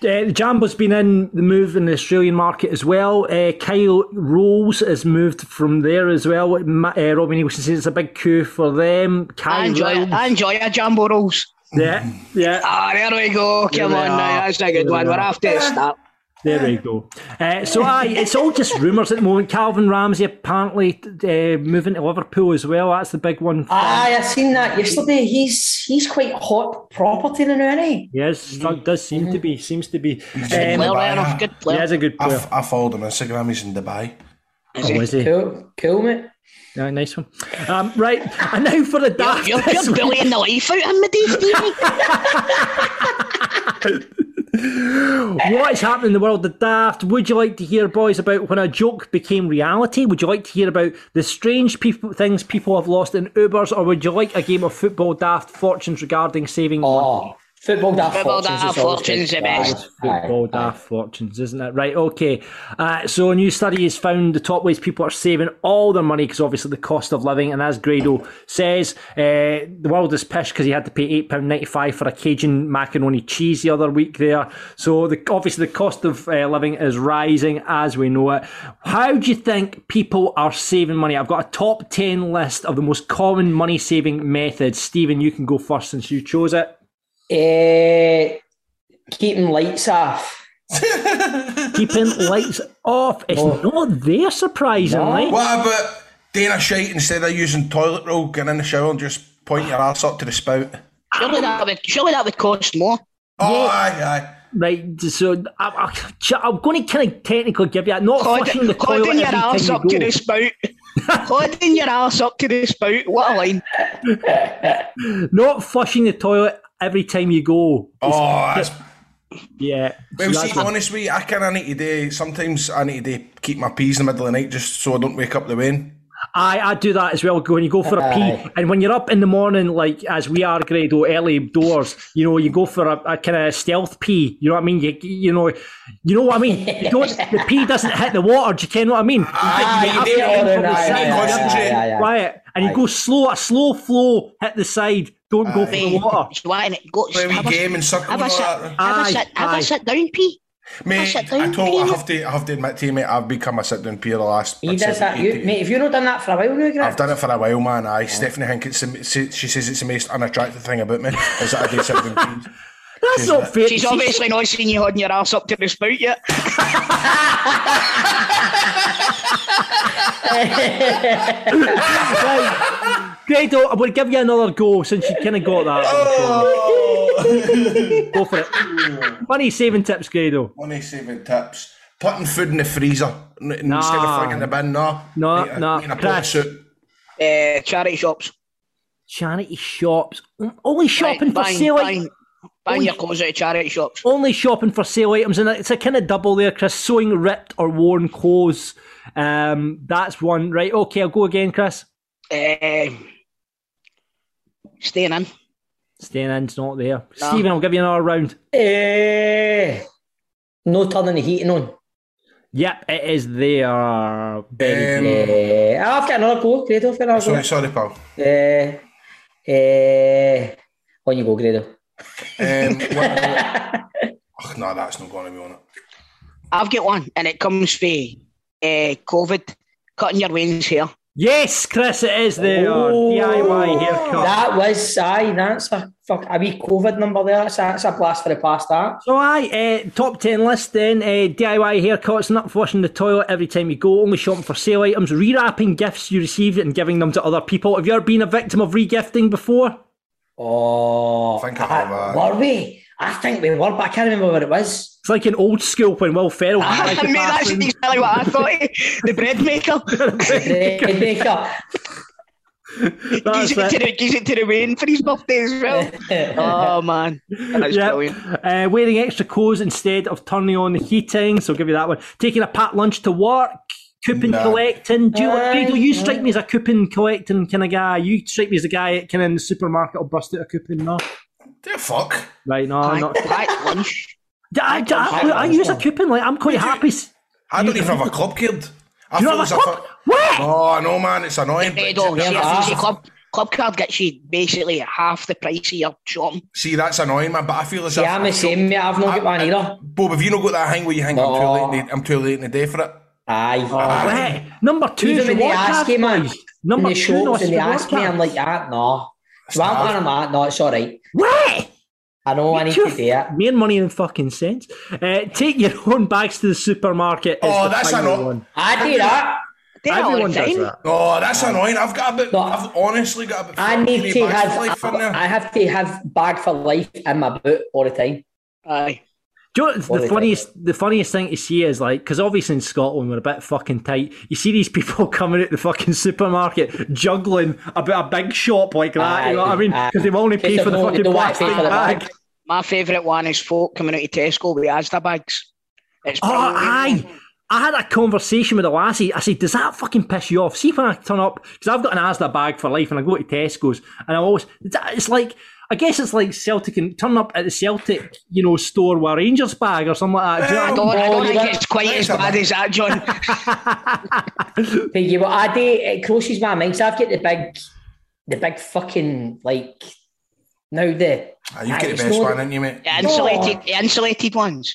Speaker 5: Uh, Jambo's been in the move in the Australian market as well. Uh, Kyle Rolls has moved from there as well. Ma- uh, Robin Nielsen says it's a big coup for them.
Speaker 6: I
Speaker 5: Kyle
Speaker 6: enjoy,
Speaker 5: Rolls.
Speaker 6: I enjoy a jumbo rolls.
Speaker 5: Yeah, yeah.
Speaker 6: Ah, there we go.
Speaker 5: Here
Speaker 6: Come
Speaker 5: they
Speaker 6: on,
Speaker 5: are.
Speaker 6: now. that's a
Speaker 5: Here
Speaker 6: good
Speaker 5: they
Speaker 6: one. We're
Speaker 5: are.
Speaker 6: after it. Stop.
Speaker 5: There we go. Uh, so, aye, it's all just rumours at the moment. Calvin Ramsey apparently uh, moving to Liverpool as well. That's the big one.
Speaker 4: Aye, I seen that yesterday. He's he's quite hot property now, isn't he?
Speaker 5: Yes, that does seem to be. Seems to be.
Speaker 6: Good
Speaker 5: Um,
Speaker 6: player,
Speaker 7: Dubai,
Speaker 6: Ryan,
Speaker 7: yeah.
Speaker 6: Good
Speaker 5: he
Speaker 6: player.
Speaker 5: is a good
Speaker 7: I,
Speaker 5: player.
Speaker 7: f- I followed him on Instagram. He's in Dubai.
Speaker 6: is
Speaker 5: Oh,
Speaker 6: he?
Speaker 5: is he?
Speaker 4: Cool, cool, mate.
Speaker 5: Yeah, nice one. Um, right, and now for the daft.
Speaker 6: You're,
Speaker 5: this
Speaker 6: you're
Speaker 5: week.
Speaker 6: bullying the life out of him, Dave, Stevie.
Speaker 5: What is happening in the world of daft? Would you like to hear, boys, about when a joke became reality? Would you like to hear about the strange people, things people have lost in Ubers, or would you like a game of football daft fortunes regarding saving
Speaker 4: Oh, football daft
Speaker 6: Football
Speaker 4: fortunes.
Speaker 6: daft
Speaker 4: is always
Speaker 6: fortunes
Speaker 4: good.
Speaker 6: the best.
Speaker 4: Aye, aye.
Speaker 5: football daft fortunes, isn't it? Right, okay. Uh, so, a new study has found the top ways people are saving all their money because obviously the cost of living, and as Grado says, uh, the world is pish because he had to pay £8.95 for a Cajun macaroni cheese the other week there. So, the, obviously, the cost of uh, living is rising as we know it. How do you think people are saving money? I've got a top 10 list of the most common money saving methods. Stephen, you can go first since you chose it.
Speaker 4: Eh, keeping lights off.
Speaker 5: keeping lights off. It's
Speaker 6: Oh.
Speaker 5: not there, surprisingly.
Speaker 7: What about Dana Shite instead of using toilet roll, getting in the shower and just point your ass up to the spout?
Speaker 6: surely, that would, surely that would cost more.
Speaker 7: Oh, aye,
Speaker 5: Right, so I, I, am going to kind of technically give you that. Not flushing the toilet every
Speaker 6: Holding your
Speaker 5: time
Speaker 6: arse
Speaker 5: you
Speaker 6: up to
Speaker 5: go.
Speaker 6: the spout. Holding your arse up to the spout. What a line.
Speaker 5: Not flushing the toilet every time you go.
Speaker 7: aye. Oh, that's
Speaker 5: Yeah.
Speaker 7: Well,
Speaker 5: so
Speaker 7: see,
Speaker 5: that's a-
Speaker 7: honest with you, I kind of need to do, sometimes I need to do, keep my peas in the middle of the night just so I don't wake up the rain.
Speaker 5: I, I do that as well. When you go for a pee,
Speaker 4: Aye.
Speaker 5: and when you're up in the morning, like as we are, Grado, early doors, you know, you go for a, a kind of stealth pee. You know what I mean? You, you know, you know what I mean. You don't, the pee doesn't hit the water. Do you ken what I mean?
Speaker 7: Ah,
Speaker 5: You
Speaker 7: you
Speaker 5: get-
Speaker 7: do
Speaker 5: you have to
Speaker 7: it
Speaker 5: get in from the
Speaker 7: aye,
Speaker 5: side,
Speaker 7: aye,
Speaker 5: you have to
Speaker 7: aye,
Speaker 5: get
Speaker 7: aye,
Speaker 4: aye.
Speaker 5: quiet, and you go slow, a slow flow, hit the side. Don't go for the
Speaker 6: Mate,
Speaker 5: water.
Speaker 6: just wanting it. Go,
Speaker 7: Play a wee
Speaker 6: have a-
Speaker 7: game and circle
Speaker 6: Have
Speaker 7: and
Speaker 6: a
Speaker 7: all
Speaker 6: sit,
Speaker 7: that.
Speaker 6: have
Speaker 5: Aye,
Speaker 6: a sit, have
Speaker 5: aye.
Speaker 6: a sit down, P.
Speaker 7: Mate,
Speaker 6: sit down
Speaker 7: I told I
Speaker 6: peer.
Speaker 7: have to I have to admit to you, mate, I've become a sit down peer the last
Speaker 4: He does
Speaker 7: seven,
Speaker 4: that.
Speaker 7: eight
Speaker 4: You,
Speaker 7: days.
Speaker 4: mate, Oh. if you've not done that for a while now, Grant,
Speaker 7: I've done it for a while, man. Aye, Stephanie think it's the, she she says it's the most unattractive thing about me is that I do sit down peers.
Speaker 5: That's not fair.
Speaker 6: She's
Speaker 5: to see.
Speaker 6: obviously not seen you holding your ass up to the spout yet.
Speaker 5: Right. Grado, I'm going to give you another go since you kind of got that. go for it. Money saving tips, Grado.
Speaker 7: Money saving tips. Putting food in the freezer n- instead
Speaker 5: Nah.
Speaker 7: of flinging the bin, no.
Speaker 5: No,
Speaker 7: Mate, I-
Speaker 5: no.
Speaker 7: mate, I bought
Speaker 5: Crash.
Speaker 7: soup.
Speaker 6: Uh, charity shops.
Speaker 5: Charity shops. Only shopping
Speaker 6: Right,
Speaker 5: for
Speaker 6: buying,
Speaker 5: sale.
Speaker 6: buying, buying your clothes out of charity shops.
Speaker 5: Only shopping for sale items, and it's a kind of double there, Chris. Sewing ripped or worn clothes. Um, that's one, right? Okay, I'll go again, Chris.
Speaker 6: Um, staying in.
Speaker 5: Staying in's not there. Stephen, I'll give you another round.
Speaker 4: Eh, no turning the heating on.
Speaker 5: Yep, it is there. Very
Speaker 7: Um,
Speaker 5: good.
Speaker 4: Eh, I've got another go, Grado. For another
Speaker 7: Sorry,
Speaker 4: go.
Speaker 7: sorry, pal.
Speaker 4: Eh, eh, on you go, Grado.
Speaker 7: Um, what, oh, no, that's not going to be on it.
Speaker 6: I've got one, and it comes from uh, COVID. Cutting your wings hair.
Speaker 5: Yes, Chris, it is there.
Speaker 4: Oh.
Speaker 5: DIY haircut.
Speaker 4: That was aye. That's a fuck a wee COVID number there. That's a, that's a blast for the past. That
Speaker 5: So aye, uh, top ten list then uh, DIY haircuts, not flushing the toilet every time you go, only shopping for sale items, rewrapping gifts you received and giving them to other people. Have you ever been a victim of regifting before?
Speaker 4: Oh,
Speaker 7: I think I have, uh,
Speaker 4: were we? I think we were, but I can't remember what it was.
Speaker 5: It's like an old school when Will Ferrell.
Speaker 6: I mean, that's exactly what I thought. eh. the bread maker.
Speaker 4: The baker.
Speaker 5: That's
Speaker 6: Gives it, to
Speaker 5: it.
Speaker 6: the, gives it to the Wayne for his birthday as well. oh, man. That's
Speaker 5: Yep.
Speaker 6: brilliant.
Speaker 5: Uh, wearing extra clothes instead of turning on the heating, so I'll give you that one. Taking a packed lunch to work, coupon
Speaker 7: Nah.
Speaker 5: collecting. Do you,
Speaker 6: Uh,
Speaker 4: Aye,
Speaker 5: Grado, you strike me as a coupon collecting kind of guy. You strike me as the guy that kind of in the supermarket will bust out a coupon, no?
Speaker 7: The fuck?
Speaker 5: Right, no, I'm not.
Speaker 6: Packed- packed lunch.
Speaker 5: D- I, d- I, I use a coupon. Like I'm quite happy. s-
Speaker 7: I don't even have a club kid. I
Speaker 5: You
Speaker 7: thought
Speaker 5: know
Speaker 7: it
Speaker 5: what?
Speaker 7: was a
Speaker 5: What?
Speaker 7: fu-
Speaker 5: What?
Speaker 7: Oh, I know, man. It's annoying.
Speaker 6: Hey,
Speaker 7: but
Speaker 6: dog,
Speaker 7: see-
Speaker 6: see,
Speaker 4: ah.
Speaker 6: see, club, club card gets you basically half the price of your shopping.
Speaker 7: See, that's annoying, man. But I feel as if
Speaker 4: Yeah, I'm the same, mate. I've not got one either.
Speaker 7: Bob, have you not got that hang where you hang? I'm too
Speaker 4: No.
Speaker 7: late. In the, I'm too late in the day for it.
Speaker 4: Aye.
Speaker 5: Right. Number two.
Speaker 4: Even
Speaker 5: the
Speaker 4: when they
Speaker 5: Wildcard
Speaker 4: ask you, man,
Speaker 5: boys.
Speaker 4: in
Speaker 5: Number
Speaker 4: the
Speaker 5: two.
Speaker 4: shops
Speaker 5: North
Speaker 4: and they ask me, I'm like, ah, no. So I'm planning that. No, it's all right.
Speaker 5: what?
Speaker 4: I know I need to
Speaker 5: You're
Speaker 4: do it.
Speaker 5: f- Mere money than fucking sense. Uh, take your own bags to the supermarket. is
Speaker 7: Oh,
Speaker 5: the
Speaker 7: that's
Speaker 5: final
Speaker 7: anno-
Speaker 5: one.
Speaker 4: I do that.
Speaker 6: They're all
Speaker 5: Everyone
Speaker 6: the
Speaker 5: does
Speaker 6: time.
Speaker 5: that.
Speaker 7: Oh, that's annoying. I've got a bit.
Speaker 4: No.
Speaker 7: I've honestly got a bit.
Speaker 4: I need to
Speaker 7: fucking bags
Speaker 4: have.
Speaker 7: for now.
Speaker 4: I have to have bag for life in my boot all the time.
Speaker 6: Aye.
Speaker 5: Do you know,
Speaker 4: What
Speaker 5: the
Speaker 4: they
Speaker 5: funniest, the funniest thing to see is like, because obviously in Scotland we're a bit fucking tight. You see these people coming out the fucking supermarket juggling about a big shop like that. you know what I mean? Because they will only
Speaker 4: Aye, aye.
Speaker 5: pay for the
Speaker 4: They don't- they
Speaker 5: fucking
Speaker 4: don't want to
Speaker 5: plastic
Speaker 4: pay for the
Speaker 5: bag.
Speaker 4: bag.
Speaker 6: My favourite one is folk coming out of Tesco with Asda bags. It's
Speaker 5: Oh,
Speaker 6: brilliant.
Speaker 5: aye. I had a conversation with a lassie. I said, "Does that fucking piss you off?" See when I turn up because I've got an Asda bag for life, and I go to Tesco's, and I always it's like I guess it's like Celtic and turn up at the Celtic, you know, store with a Rangers bag or something like that. Do you know
Speaker 6: I
Speaker 5: what
Speaker 6: don't, I
Speaker 4: Oh,
Speaker 6: don't
Speaker 4: you
Speaker 6: think
Speaker 4: don't-
Speaker 6: it's quite as bad as that, John.
Speaker 4: But you know, I do. It crosses my mind. So I've got the big, the big fucking like. Now the
Speaker 7: Ah, you
Speaker 4: Aye,
Speaker 7: get the
Speaker 4: it's
Speaker 7: best
Speaker 4: not-
Speaker 7: one, ain't you, mate?
Speaker 6: The insulated, the insulated ones.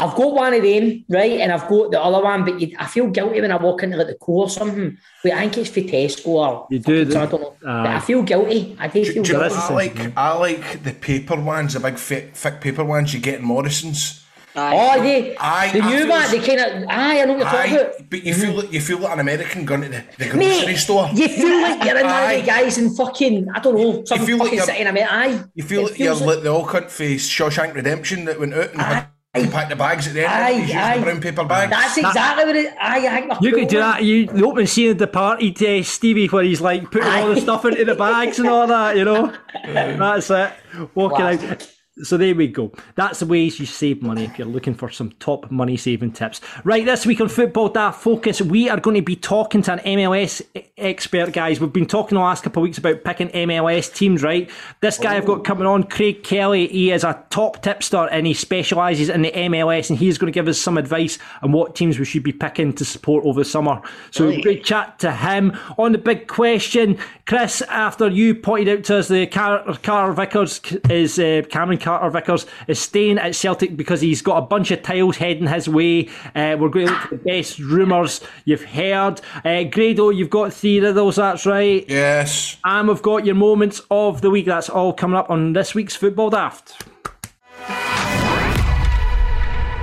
Speaker 4: I've got one of them, right, and I've got the other one, but you, I feel guilty when I walk into like the co or something. Wait, I think it's for Tesco or
Speaker 5: You do,
Speaker 4: I don't know. But I feel guilty. I do
Speaker 7: Do,
Speaker 4: feel
Speaker 7: do you know
Speaker 4: guilty.
Speaker 7: what I like? I like the paper ones, the big thick, thick paper ones you get in Morrison's.
Speaker 4: Oh, they,
Speaker 7: Aye,
Speaker 4: the
Speaker 7: I
Speaker 4: new
Speaker 7: feel
Speaker 4: one,
Speaker 7: s-
Speaker 4: they kind of, aye, I know what you're talking
Speaker 7: Aye,
Speaker 4: about.
Speaker 7: but you feel like you feel like an American going to the, the grocery
Speaker 4: Mm-hmm. Mate,
Speaker 7: store.
Speaker 4: you feel like you're in one
Speaker 7: Aye.
Speaker 4: of the guys in fucking, I don't know, some
Speaker 7: feel like
Speaker 4: fucking
Speaker 7: you're-
Speaker 4: city in America. Aye.
Speaker 7: You feel
Speaker 4: It
Speaker 7: like you're
Speaker 4: feels
Speaker 7: like the old cunt face Shawshank Redemption that went out and had to pack the bags at the end.
Speaker 4: Aye,
Speaker 7: He's using
Speaker 4: aye.
Speaker 7: brown paper bags.
Speaker 4: That's exactly what it Aye, I think they're
Speaker 5: You could
Speaker 4: cool,
Speaker 5: do
Speaker 4: man.
Speaker 5: that. You the opening scene of the party, uh, Stevie, where he's like putting all the stuff into the bags and all that. You know, that's it. Walking out. So there we go. That's the ways you save money if you're looking for some top money saving tips. Right, this week on Football Daft Focus, we are going to be talking to an MLS e-, expert, guys. We've been talking the last couple of weeks about picking MLS teams, right? This guy I've got coming on, Craig Kelly, he is a top tipster and he specialises in the MLS and he's going to give us some advice on what teams we should be picking to support over the summer. So great chat to him. On the big question, Chris, after you pointed out to us the Car- Carter Vickers is uh, Cameron Carter Vickers is staying at Celtic because he's got a bunch of tiles heading his way. Uh, we're going to look at the best rumours you've heard. Uh, Grado, you've got three riddles, that's right.
Speaker 7: Yes.
Speaker 5: And we've got your moments of the week. That's all coming up on this week's Football Daft.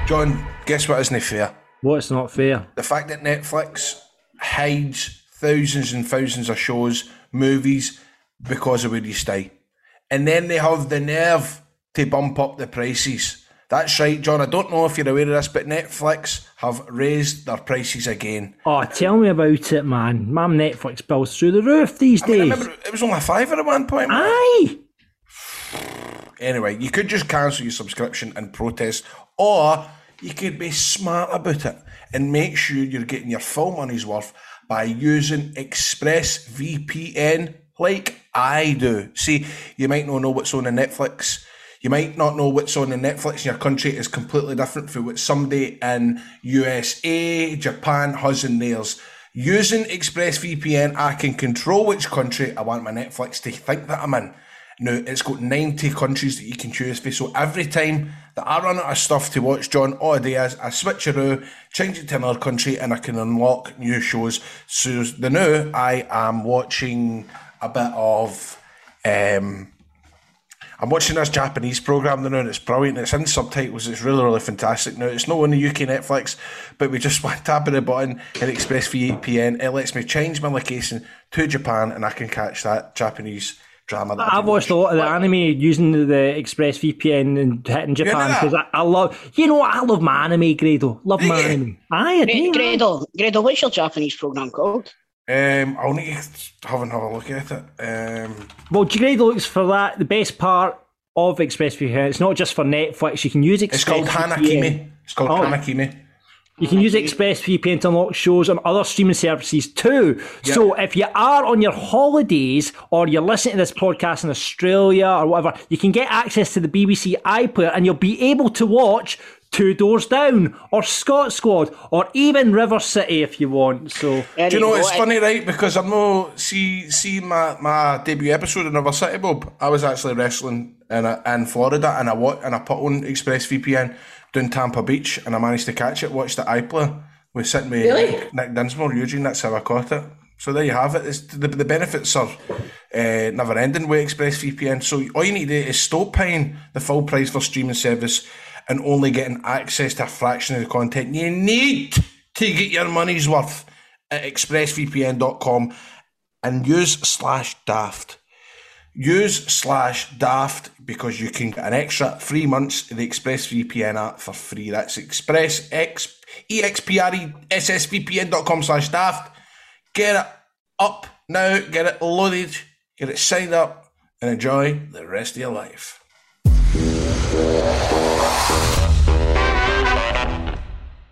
Speaker 7: John, guess what isn't fair?
Speaker 5: Well, it's not fair.
Speaker 7: The fact that Netflix hides thousands and thousands of shows, movies, because of where you stay. And then they have the nerve to bump up the prices. That's right, John. I don't know if you're aware of this, but Netflix have raised their prices again.
Speaker 5: Oh, tell me about it, man. My Netflix bill's through the roof these
Speaker 7: I mean, I
Speaker 5: days.
Speaker 7: remember it was only a fiver at one point. wasn't it?
Speaker 5: Aye.
Speaker 7: Anyway, you could just cancel your subscription and protest, or you could be smart about it and make sure you're getting your full money's worth by using ExpressVPN like I do. See, you might not know what's on the Netflix. You might not know what's on the Netflix in your country is completely different from what somebody in USA, Japan has in theirs. Using ExpressVPN, I can control which country I want my Netflix to think that I'm in. Now, it's got 90 countries that you can choose from. So every time that I run out of stuff to watch, John, all I do is I switch around, change it to another country, and I can unlock new shows. So the now I am watching a bit of. Um, I'm watching this Japanese program now, and it's brilliant. It's in subtitles. It's really, really fantastic. Now it's not on the UK Netflix, but we just one tap of the button in ExpressVPN. It lets me change my location to Japan, and I can catch that Japanese drama. That I
Speaker 5: I've
Speaker 7: didn't
Speaker 5: watched a
Speaker 7: watch.
Speaker 5: lot of the anime using the, the Express VPN and hitting Japan
Speaker 7: that?
Speaker 5: because I, I love, you know, what? I love my anime, Grado. Love my
Speaker 7: Yeah.
Speaker 5: anime. Aye, I do. man.
Speaker 6: Gredo, Gredo, what's your Japanese program called?
Speaker 7: Um, I'll need to have another look at it. Um,
Speaker 5: Well, Grado looks for that. The best part of Express VPN, it's not just for Netflix. You can use Express
Speaker 7: it's called Hanakimi. It's called
Speaker 5: Oh.
Speaker 7: Hanakimi.
Speaker 5: You can use ExpressVPN to unlock shows on other streaming services too. So if you are on your holidays or you're listening to this podcast in Australia or whatever, you can get access to the BBC iPlayer and you'll be able to watch Two Doors Down or Scott Squad or even River City if you want. So
Speaker 7: Do you know it's funny, right? Because I'm no see see my, my debut episode in River City Bob. I was actually wrestling in a, in Florida, and I what and I put on ExpressVPN down Tampa Beach, and I managed to catch it. Watched the iPlayer. We sitting with
Speaker 4: Really?
Speaker 7: Nick, Nick Dinsmore, Eugene. That's how I caught it. So there you have it. It's the, the benefits are uh, never ending with ExpressVPN. So all you need to do is stop paying the full price for streaming service and only getting access to a fraction of the content you need to get your money's worth at expressvpn.com and use slash daft. Use slash daft because you can get an extra three months of the ExpressVPN app for free. That's express x E expressvpn.com slash daft. Get it up now, get it loaded, get it signed up, and enjoy the rest of your life.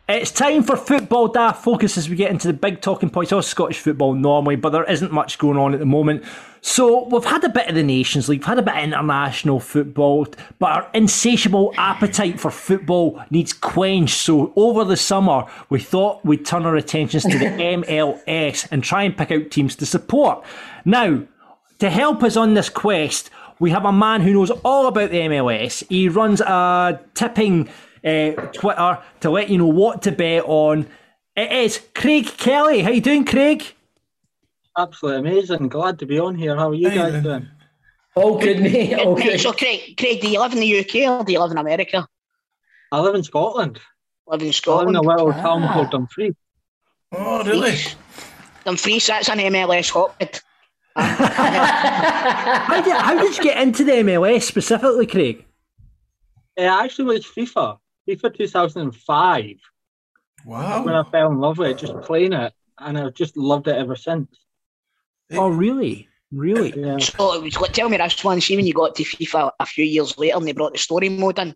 Speaker 5: It's time for football daft focus as we get into the big talking points of Scottish football normally, but there isn't much going on at the moment. So we've had a bit of the Nations League, we've had a bit of international football, but our insatiable appetite for football needs quenched. So over the summer, we thought we'd turn our attentions to the MLS and try and pick out teams to support. Now, to help us on this quest, we have a man who knows all about the MLS. He runs a tipping uh, Twitter to let you know what to bet on. It is Craig Kelly. How you doing, Craig?
Speaker 8: Absolutely amazing. Glad to be on here. How are you guys doing?
Speaker 4: All Oh, good, mate. All good.
Speaker 6: So, Craig, Craig, do you live in the UK or do you live in America?
Speaker 8: I live in Scotland.
Speaker 6: Live in
Speaker 8: I live in
Speaker 6: Scotland?
Speaker 8: a little town called Dumfries.
Speaker 7: Oh, really?
Speaker 6: Dumfries, that's an MLS hotbed.
Speaker 5: How did, how did you get into the MLS specifically, Craig?
Speaker 8: It actually was FIFA, FIFA 2005, when
Speaker 7: Wow.
Speaker 8: I fell in love with it, just playing it, and I've just loved it ever since.
Speaker 5: Oh, really? Really?
Speaker 8: Yeah.
Speaker 6: So it was like, tell me this one. See when you got to FIFA a few years later, and they brought the story mode in,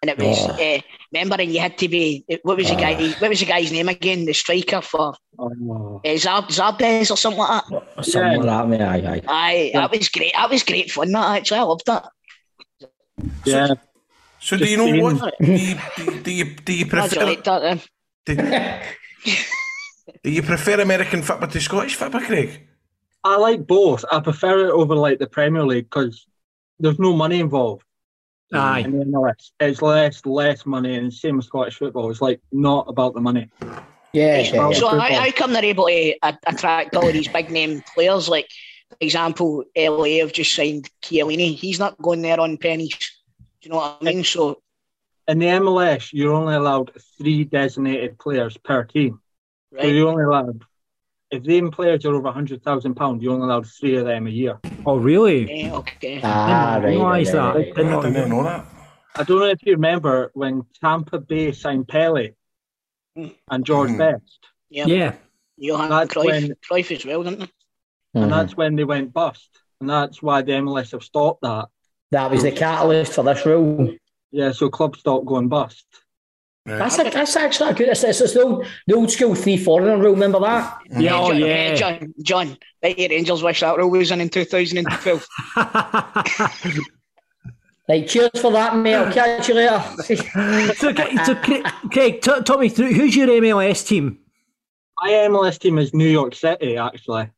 Speaker 6: and it was uh, remember, and you had to be eh, what was the guy? What was the guy's name again? The striker for
Speaker 8: Oh.
Speaker 6: uh, Zab Zabes or something like that.
Speaker 4: Something like that, mate. Aye, aye.
Speaker 6: Aye, that was great. That was great fun. That actually, I loved that.
Speaker 8: Yeah.
Speaker 7: So do you know what? Do you, do, do you do you
Speaker 6: I
Speaker 7: prefer
Speaker 6: liked that. Then.
Speaker 7: do, do you prefer American football to Scottish football, Craig?
Speaker 8: I like both. I prefer it over like the Premier League because there's no money involved.
Speaker 5: Aye.
Speaker 8: And then it's, it's less, less money, and same with Scottish football. It's like not about the money.
Speaker 4: Yeah, yeah, yeah.
Speaker 8: Well,
Speaker 6: So
Speaker 8: football.
Speaker 6: how, how come they're able to a- attract all these big name players? Like, for example, LA have just signed Chiellini. He's not going there on pennies. Do you know what I mean? So
Speaker 8: In the MLS, you're only allowed three designated players per team. So
Speaker 6: right,
Speaker 8: you're only allowed if them players are over hundred thousand pounds, you're only allowed three of them a year.
Speaker 5: Oh, really?
Speaker 6: eh, okay.
Speaker 4: Ah, right,
Speaker 5: realise
Speaker 4: right,
Speaker 5: that.
Speaker 4: right, right.
Speaker 5: Didn't
Speaker 7: I didn't Oh, know that.
Speaker 8: I don't know if you remember when Tampa Bay signed Pele and George
Speaker 7: Mm.
Speaker 8: Best,
Speaker 6: Yeah,
Speaker 5: Yeah.
Speaker 6: Johan
Speaker 8: That's
Speaker 6: Cruyff,
Speaker 8: when-
Speaker 6: Cruyff as well, didn't they?
Speaker 4: Mhm.
Speaker 8: and that's when they went bust, and that's why the MLS have stopped that.
Speaker 4: That was the catalyst for this rule.
Speaker 8: Yeah, so clubs stopped going bust.
Speaker 4: That's, a, that's actually a good. It's, it's, it's the, old, the old school three foreigner rule. Remember that?
Speaker 5: Yeah. Oh,
Speaker 6: John, eh,
Speaker 5: yeah.
Speaker 6: John, John, right here, Angels wish that rule was in in 2012.
Speaker 4: Like, cheers for that, mate. I'll catch you later.
Speaker 5: so, Craig- so Craig, Craig t- talk me through who's your MLS team?
Speaker 8: My MLS team is New York City, actually.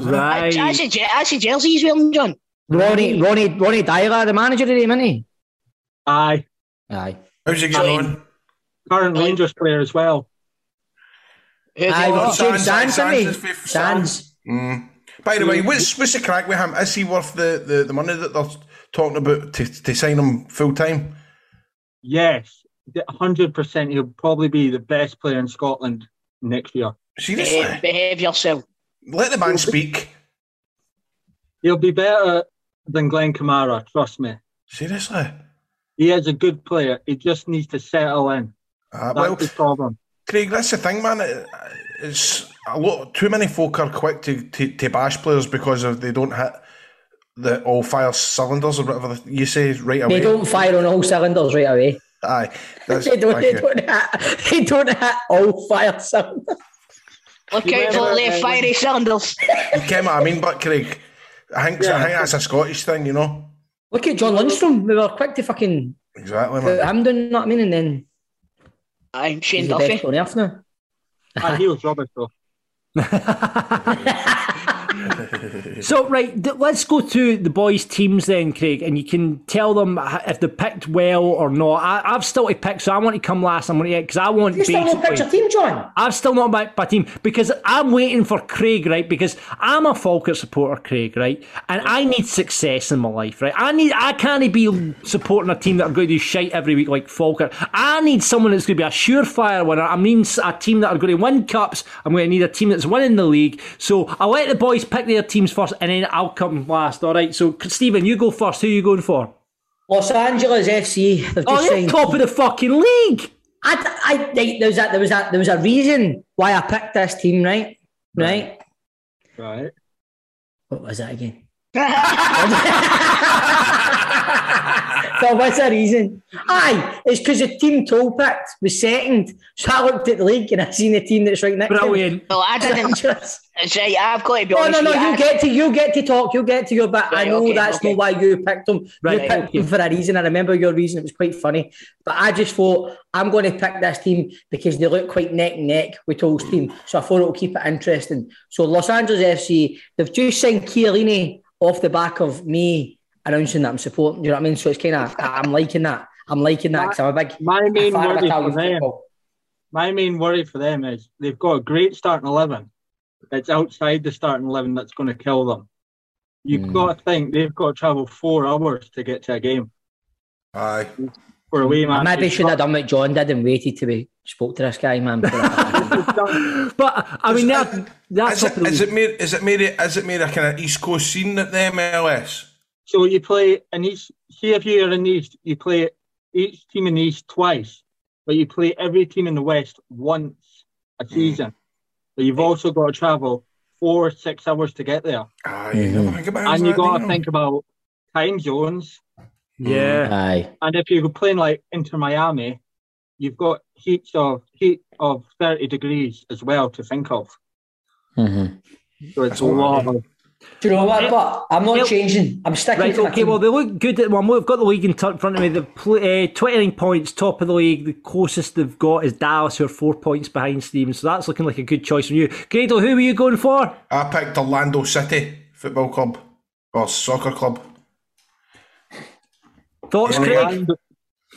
Speaker 5: Right.
Speaker 6: I see, Je- I see Jersey as well, John.
Speaker 4: Ronnie, Ronnie, Ronnie Dyler, the manager of them, isn't he?
Speaker 8: I
Speaker 4: Aye.
Speaker 7: How's it going on?
Speaker 8: current Rangers player as well.
Speaker 6: Who have
Speaker 4: Aye,
Speaker 6: you
Speaker 4: but
Speaker 6: got?
Speaker 4: Oh, James
Speaker 7: Sands,
Speaker 4: Sands,
Speaker 7: Sands
Speaker 4: isn't
Speaker 7: is
Speaker 4: he?
Speaker 7: fifth,
Speaker 4: Sands.
Speaker 7: Mm. By the way, what's what's the crack with him? Is he worth the, the, the money that they're talking about to, to sign him full time?
Speaker 8: Yes, hundred percent. He'll probably be the best player in Scotland next year.
Speaker 7: Seriously,
Speaker 4: Eh,
Speaker 6: Behave, eh, behave yourself.
Speaker 7: let the man speak.
Speaker 8: He'll be better than Glenn Kamara, trust me.
Speaker 7: Seriously,
Speaker 8: He is a good player. He just needs to settle in.
Speaker 7: uh,
Speaker 8: That's
Speaker 7: well,
Speaker 8: the problem.
Speaker 7: Craig, that's the thing, man. It- It's a lot. Too many folk are quick to, to, to bash players because of they don't hit the all fire cylinders or whatever you say right away.
Speaker 4: They don't fire on all cylinders right away.
Speaker 7: Aye, that's,
Speaker 4: They don't,
Speaker 7: thank
Speaker 4: they
Speaker 7: you.
Speaker 4: don't, hit, they don't hit all fire cylinders.
Speaker 6: Look
Speaker 8: You
Speaker 6: out
Speaker 8: better-
Speaker 6: for the fiery cylinders.
Speaker 7: You get what I mean, but Craig, I think I
Speaker 8: Yeah.
Speaker 7: think that's a Scottish thing, you know.
Speaker 4: Look at John Lundstrom. We were quick to fucking
Speaker 7: Exactly,
Speaker 4: put
Speaker 7: man.
Speaker 4: him down, you know what I mean? And then
Speaker 6: Aye, Shane
Speaker 4: he's the best
Speaker 6: Duffy.
Speaker 4: on earth now.
Speaker 8: Ah, he was rubbish, though.
Speaker 5: So right, th- let's go to the boys' teams then, Craig, and you can tell them h- if they picked well or not. I, I've still to pick, so I want to come last. I'm going to because I want.
Speaker 4: You still not
Speaker 5: basically-
Speaker 4: picked your team, John?
Speaker 5: I've still not backed my team because I'm waiting for Craig, right? Because I'm a Falkirk supporter, Craig, right? And I need success in my life, right? I need I can't be supporting a team that are going to do shite every week like Falkirk. I need someone that's going to be a surefire winner. I mean, s- a team that are going to win cups. I'm going to need a team that's winning the league. So I'll let the boys pick their teams first, and then I'll come last. All right. So Stephen, you go first. Who you going for?
Speaker 4: Los Angeles FC. They've
Speaker 5: Oh,
Speaker 4: just
Speaker 5: they're
Speaker 4: signed.
Speaker 5: top of the fucking league.
Speaker 4: I, I, like, there was a, there was a, there was a reason why I picked this team, right? Right.
Speaker 8: Right.
Speaker 4: What was that again?
Speaker 6: eh?
Speaker 4: so what's the reason? Aye, it's because the team Toll picked was second. So I looked at the league and I seen the team that's right next
Speaker 5: Brilliant.
Speaker 6: No, I
Speaker 4: to him.
Speaker 6: didn't.
Speaker 4: Angeles.
Speaker 6: It's right, I've got to be
Speaker 4: No,
Speaker 6: honest
Speaker 4: no, no.
Speaker 6: with you.
Speaker 4: You
Speaker 6: I-
Speaker 4: get to you get to talk. You get to your back. I
Speaker 6: Right,
Speaker 4: know
Speaker 6: okay,
Speaker 4: that's
Speaker 6: okay.
Speaker 4: not why you picked them.
Speaker 5: Right,
Speaker 4: you picked
Speaker 5: okay.
Speaker 4: them for a reason. I remember your reason. It was quite funny. But I just thought I'm going to pick this team because they look quite neck and neck with Toll's team. So I thought it'll keep it interesting. So Los Angeles FC they've just signed Chiellini off the back of me announcing that I'm supporting. You know what I mean? So it's kind of I'm liking that. I'm liking that because I'm a big
Speaker 8: My main
Speaker 4: fan of
Speaker 8: worry for
Speaker 4: Italian
Speaker 8: them,
Speaker 4: football.
Speaker 8: my main worry for them is they've got a great starting eleven. It's outside the starting eleven that's going to kill them. You've got to think they've got to travel four hours to get to a game
Speaker 7: Aye.
Speaker 8: for a away
Speaker 4: I
Speaker 8: match.
Speaker 4: maybe should have done what John did and waited to be spoke to this guy, man. before I-
Speaker 5: But I mean, that, that's
Speaker 7: Is
Speaker 5: top
Speaker 7: it,
Speaker 5: of the
Speaker 7: is
Speaker 5: league.
Speaker 7: it made is it made is it made a kind of East Coast scene at the MLS?
Speaker 8: So you play in each. See if you're in the East, you play each team in the East twice, but you play every team in the West once a season. But you've also got to travel four, six hours to get there.
Speaker 7: Aye, you
Speaker 4: Mm-hmm.
Speaker 7: never think about
Speaker 8: and you
Speaker 7: that,
Speaker 8: got to
Speaker 7: do
Speaker 8: think about time zones.
Speaker 5: Yeah.
Speaker 4: Aye.
Speaker 8: And if you're playing like into Miami, you've got heats of heat of thirty degrees as well to think of.
Speaker 4: Mhm.
Speaker 8: So it's
Speaker 7: That's
Speaker 8: a
Speaker 7: what I
Speaker 8: lot
Speaker 7: mean.
Speaker 8: of
Speaker 4: Do you know what? But I'm not
Speaker 5: Well-
Speaker 4: changing. I'm sticking
Speaker 5: Right,
Speaker 4: to my
Speaker 5: okay,
Speaker 4: team.
Speaker 5: well, they look good at one. We've got the league in t- front of me. The pl- uh, 29 points, top of the league. The closest they've got is Dallas, who are four points behind Stevens. So that's looking like a good choice from you. Grado, who were you going for?
Speaker 7: I picked Orlando City Football Club or Soccer Club.
Speaker 5: Thoughts, Craig?
Speaker 8: Orlando,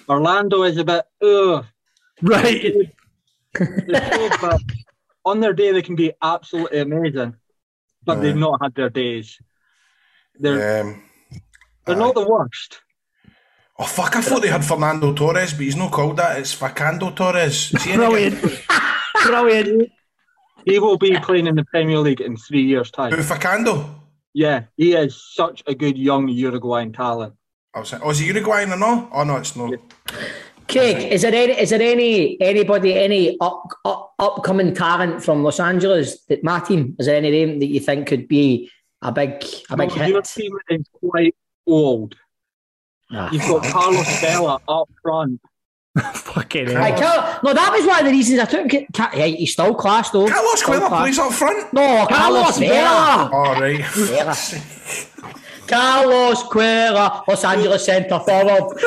Speaker 8: Orlando is a bit ugh.
Speaker 5: Right.
Speaker 8: They're so bad. on their day they can be absolutely amazing, but they've not had their days. They're
Speaker 7: Um,
Speaker 8: they're not the worst.
Speaker 7: oh fuck! I thought they had Fernando Torres, but he's not called that. It's Facando Torres. Is he any good?
Speaker 5: Brilliant.
Speaker 8: He will be playing in the Premier League in three years'
Speaker 7: Who,
Speaker 8: time.
Speaker 7: Facando?
Speaker 8: Yeah, he is such a good young Uruguayan talent.
Speaker 7: I was like, oh, is he Uruguayan or no? Oh no, it's not.
Speaker 4: Craig, is there any is there any anybody any up, up, upcoming talent from Los Angeles that my team is there any name that you think could be a big a big
Speaker 8: Well, Your
Speaker 4: hit?
Speaker 8: team is quite old.
Speaker 4: Ah.
Speaker 8: You've got Carlos Vela up front.
Speaker 5: Fucking
Speaker 4: I
Speaker 5: hell.
Speaker 4: can't. No, that was one of the reasons I took. it. Ca- Yeah, he's still class though.
Speaker 7: Carlos
Speaker 4: Still
Speaker 7: Cuellar
Speaker 4: class.
Speaker 7: plays up front.
Speaker 4: No, Carlos
Speaker 5: Carlos
Speaker 4: Vela.
Speaker 7: All right.
Speaker 4: Carlos Cuellar, Los Angeles centre forward.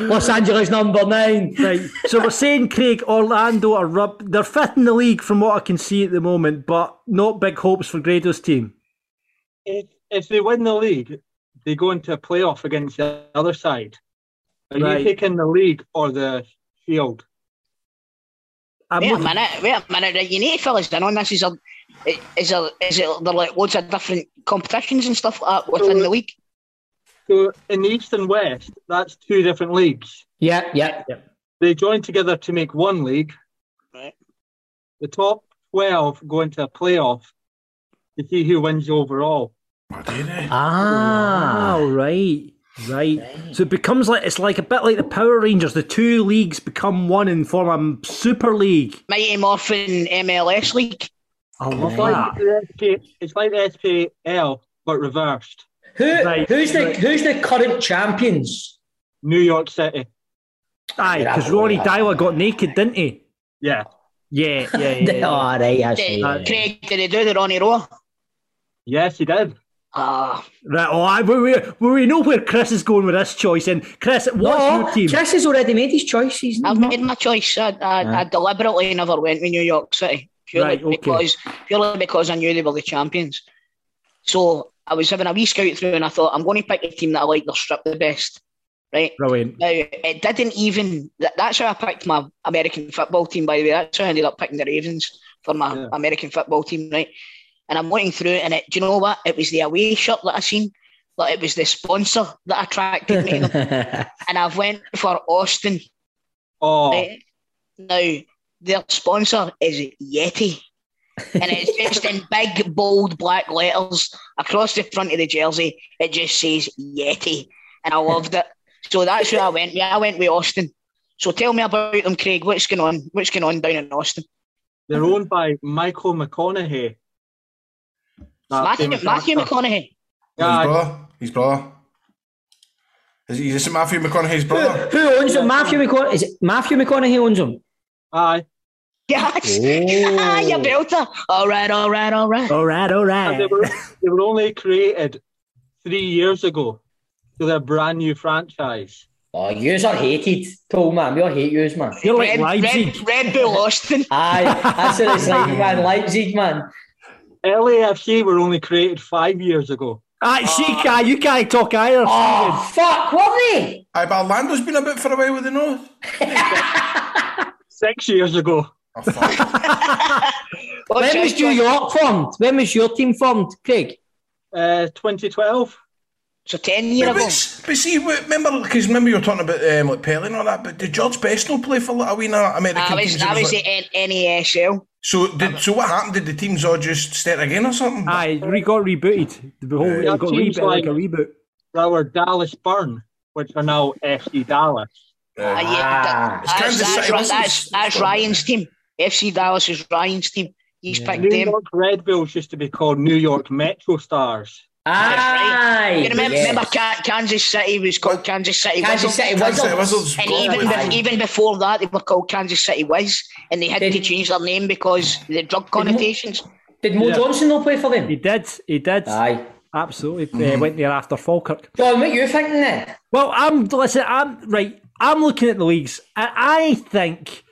Speaker 4: Los Angeles number nine.
Speaker 5: Right. So we're saying, Craig, Orlando are rub. They're fifth in the league from what I can see at the moment, but not big hopes for Grado's team.
Speaker 8: If, if they win the league, they go into a playoff against the other side. Are
Speaker 5: Right.
Speaker 8: you taking the league or the field?
Speaker 5: I'm
Speaker 6: Wait a
Speaker 5: looking-
Speaker 6: minute, wait a minute. Right, you need to fill us in on this. Is there, is there, is it, there like loads of different competitions and stuff like that within the league?
Speaker 8: So in the East and West, that's two different leagues.
Speaker 4: Yeah, yeah.
Speaker 8: They join together to make one league.
Speaker 6: Right.
Speaker 8: The top 12 go into a playoff to see who wins overall.
Speaker 4: Ah.
Speaker 5: Oh right, right. So it becomes like it's like a bit like the Power Rangers. The two leagues become one and form a super league.
Speaker 6: Mighty Morphin MLS League.
Speaker 5: I
Speaker 8: It's
Speaker 5: Ah,
Speaker 8: like, the SPA it's like the SPL, but reversed.
Speaker 4: Who,
Speaker 5: Right,
Speaker 4: who's the
Speaker 5: right.
Speaker 4: who's the current champions?
Speaker 8: New York City.
Speaker 5: Aye, because Ronnie Dyla got naked, didn't he?
Speaker 8: Yeah.
Speaker 5: Yeah, yeah, yeah. yeah.
Speaker 4: All right, I see.
Speaker 6: Did, Uh, Craig, did they do the Ronnie Roar?
Speaker 8: Yes, he did.
Speaker 6: Ah,
Speaker 5: Right. Oh, I, we, we, we know where Chris is going with this choice. And Chris, what's
Speaker 4: No,
Speaker 5: your team?
Speaker 4: Chris has already made his choice. He's
Speaker 5: Mm-hmm.
Speaker 6: I've made my choice. I, I, I deliberately never went to New York City purely
Speaker 5: Right, okay.
Speaker 6: because purely because I knew they were the champions. So I was having a wee scout through, and I thought I'm going to pick a team that I like their strip the best, right?
Speaker 5: Brilliant.
Speaker 6: Now, it didn't even. That, that's how I picked my American football team, by the way. That's how I ended up picking the Ravens for my
Speaker 8: Yeah.
Speaker 6: American football team, right? And I'm looking through, it and it, do you know what? It was the away shirt that I seen. Like it was the sponsor that attracted me, to them. and I've went for Austin.
Speaker 8: Oh,
Speaker 6: Right? Now their sponsor is Yeti, and it's just in big bold black letters across the front of the jersey. It just says Yeti, and I loved it. So that's who I went. Yeah, I went with Austin. So tell me about them, Craig. What's going on? What's going on down in Austin?
Speaker 8: they're owned by Michael McConaughey. That
Speaker 6: Matthew,
Speaker 8: famous
Speaker 6: Matthew
Speaker 8: actor.
Speaker 6: McConaughey.
Speaker 7: His
Speaker 8: Yeah,
Speaker 7: brother. His brother. Is he is it Matthew McConaughey's brother?
Speaker 4: Who owns him? Matthew McConaughey. Is it Matthew McConaughey owns him?
Speaker 8: aye.
Speaker 6: Yes, ah, you belter. All right, all right, all right.
Speaker 5: All right, all right.
Speaker 8: And they were they were only created three years ago, so they're a brand new franchise.
Speaker 4: Oh, yous are hated, Paul man. We all hate yous, man.
Speaker 5: You're like
Speaker 6: Red,
Speaker 5: Leipzig.
Speaker 6: Red, Red Bull Austin.
Speaker 4: Aye, that's what it's like, man. Leipzig, man.
Speaker 8: LAFC were only created five years ago.
Speaker 5: Aye, see, Kai, you can't talk either.
Speaker 4: Oh, fuck, were they?
Speaker 7: Aye, but Orlando's been about for a while with the no.
Speaker 8: Six years ago.
Speaker 7: Oh, fuck.
Speaker 6: What's
Speaker 4: When
Speaker 6: your
Speaker 4: was New
Speaker 6: choice?
Speaker 4: York formed? When was your team formed, Craig?
Speaker 8: Uh, 2012.
Speaker 6: So ten years
Speaker 7: but,
Speaker 6: ago.
Speaker 7: s- but see, w- remember, because remember you were talking about um, like Pelé and all that, but did George Best play for like, a wee na- American
Speaker 6: I was,
Speaker 7: teams?
Speaker 6: I
Speaker 7: It
Speaker 6: was
Speaker 7: like-
Speaker 6: the N- E NESL.
Speaker 7: so, did, so what happened? Did the teams all just start again or something?
Speaker 5: Aye, we got rebooted. The whole
Speaker 7: Yeah,
Speaker 5: it got
Speaker 8: seems
Speaker 5: rebooted like
Speaker 8: like-
Speaker 5: a reboot.
Speaker 8: That were Dallas Burn, which are now FC Dallas.
Speaker 6: Ah, yeah, that-
Speaker 7: It's Kansas
Speaker 6: that's,
Speaker 7: City,
Speaker 6: that's,
Speaker 7: wasn't it?
Speaker 6: that's, that's Ryan's team. FC Dallas is Ryan's team. He's picked
Speaker 8: New
Speaker 6: them.
Speaker 8: York Red Bulls used to be called New York Metro Stars.
Speaker 6: You
Speaker 4: Aye.
Speaker 6: remember,
Speaker 4: yes.
Speaker 6: remember Ka- Kansas City was called Kansas City
Speaker 4: Kansas
Speaker 6: Wizards?
Speaker 4: City
Speaker 7: Kansas City
Speaker 4: Wizards.
Speaker 7: Wizards.
Speaker 6: And
Speaker 7: got
Speaker 6: even
Speaker 7: it.
Speaker 4: Aye.
Speaker 6: be- even before that, they were called Kansas City Wiz, and they had
Speaker 4: Did-
Speaker 6: to change their name because of the drug connotations.
Speaker 4: Did Mo
Speaker 8: Yeah.
Speaker 4: Johnson not play for
Speaker 5: He
Speaker 4: them?
Speaker 5: did. He did.
Speaker 4: Aye.
Speaker 5: Absolutely. Uh, went there after Falkirk.
Speaker 4: John, what you thinking then?
Speaker 5: Well, I'm listen. I'm right. I'm looking at the leagues, and I think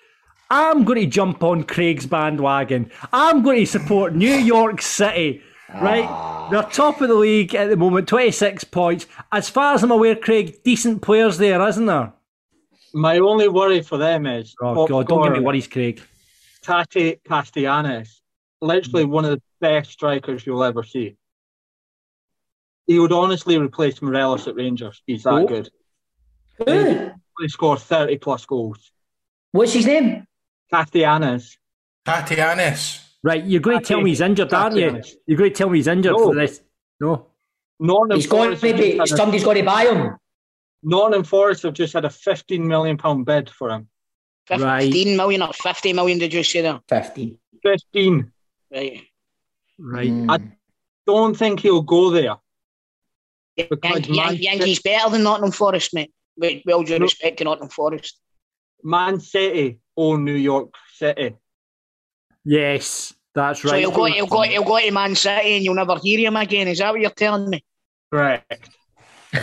Speaker 5: I'm going to jump on Craig's bandwagon. I'm going to support New York City. Right, they're top of the league at the moment, 26 points. As far as I'm aware, Craig, decent players there, isn't there?
Speaker 8: My only worry for them is
Speaker 5: Oh God,
Speaker 8: top
Speaker 5: don't give me
Speaker 8: scorer,
Speaker 5: worries, Craig.
Speaker 8: Tati Castellanos, literally
Speaker 4: Mm.
Speaker 8: one of the best strikers you'll ever see. He would honestly replace Morelos at Rangers. He's that
Speaker 5: Oh.
Speaker 8: good.
Speaker 4: Who?
Speaker 8: He scored 30 plus goals.
Speaker 4: What's his name?
Speaker 8: Castellanos.
Speaker 7: Tatianis.
Speaker 5: Right, you're going to tell me he's injured, aren't you?
Speaker 8: Tati.
Speaker 5: You're going to tell me he's injured for
Speaker 8: No.
Speaker 5: this? No,
Speaker 8: Northern
Speaker 4: He's got
Speaker 8: Forest have
Speaker 4: maybe
Speaker 8: just had a-
Speaker 4: somebody's got to buy him.
Speaker 8: Northern Forest have just had a 15 million pound bid for him.
Speaker 6: Fifteen
Speaker 5: Right.
Speaker 6: million or fifty million? Did you say that?
Speaker 4: Fifteen.
Speaker 8: 15.
Speaker 6: Right.
Speaker 5: right.
Speaker 8: Don't think he'll go there. Because
Speaker 6: Yan- Yan-
Speaker 8: Manchester-
Speaker 6: Yankees better than Nottingham Forest, mate. With with all due
Speaker 8: No.
Speaker 6: respect to Nottingham Forest.
Speaker 8: Man City own New York City.
Speaker 5: Yes, that's right.
Speaker 6: So he'll go, he'll go, he'll go to Man City, and you'll never hear him again. Is that what you're telling me?
Speaker 8: Correct.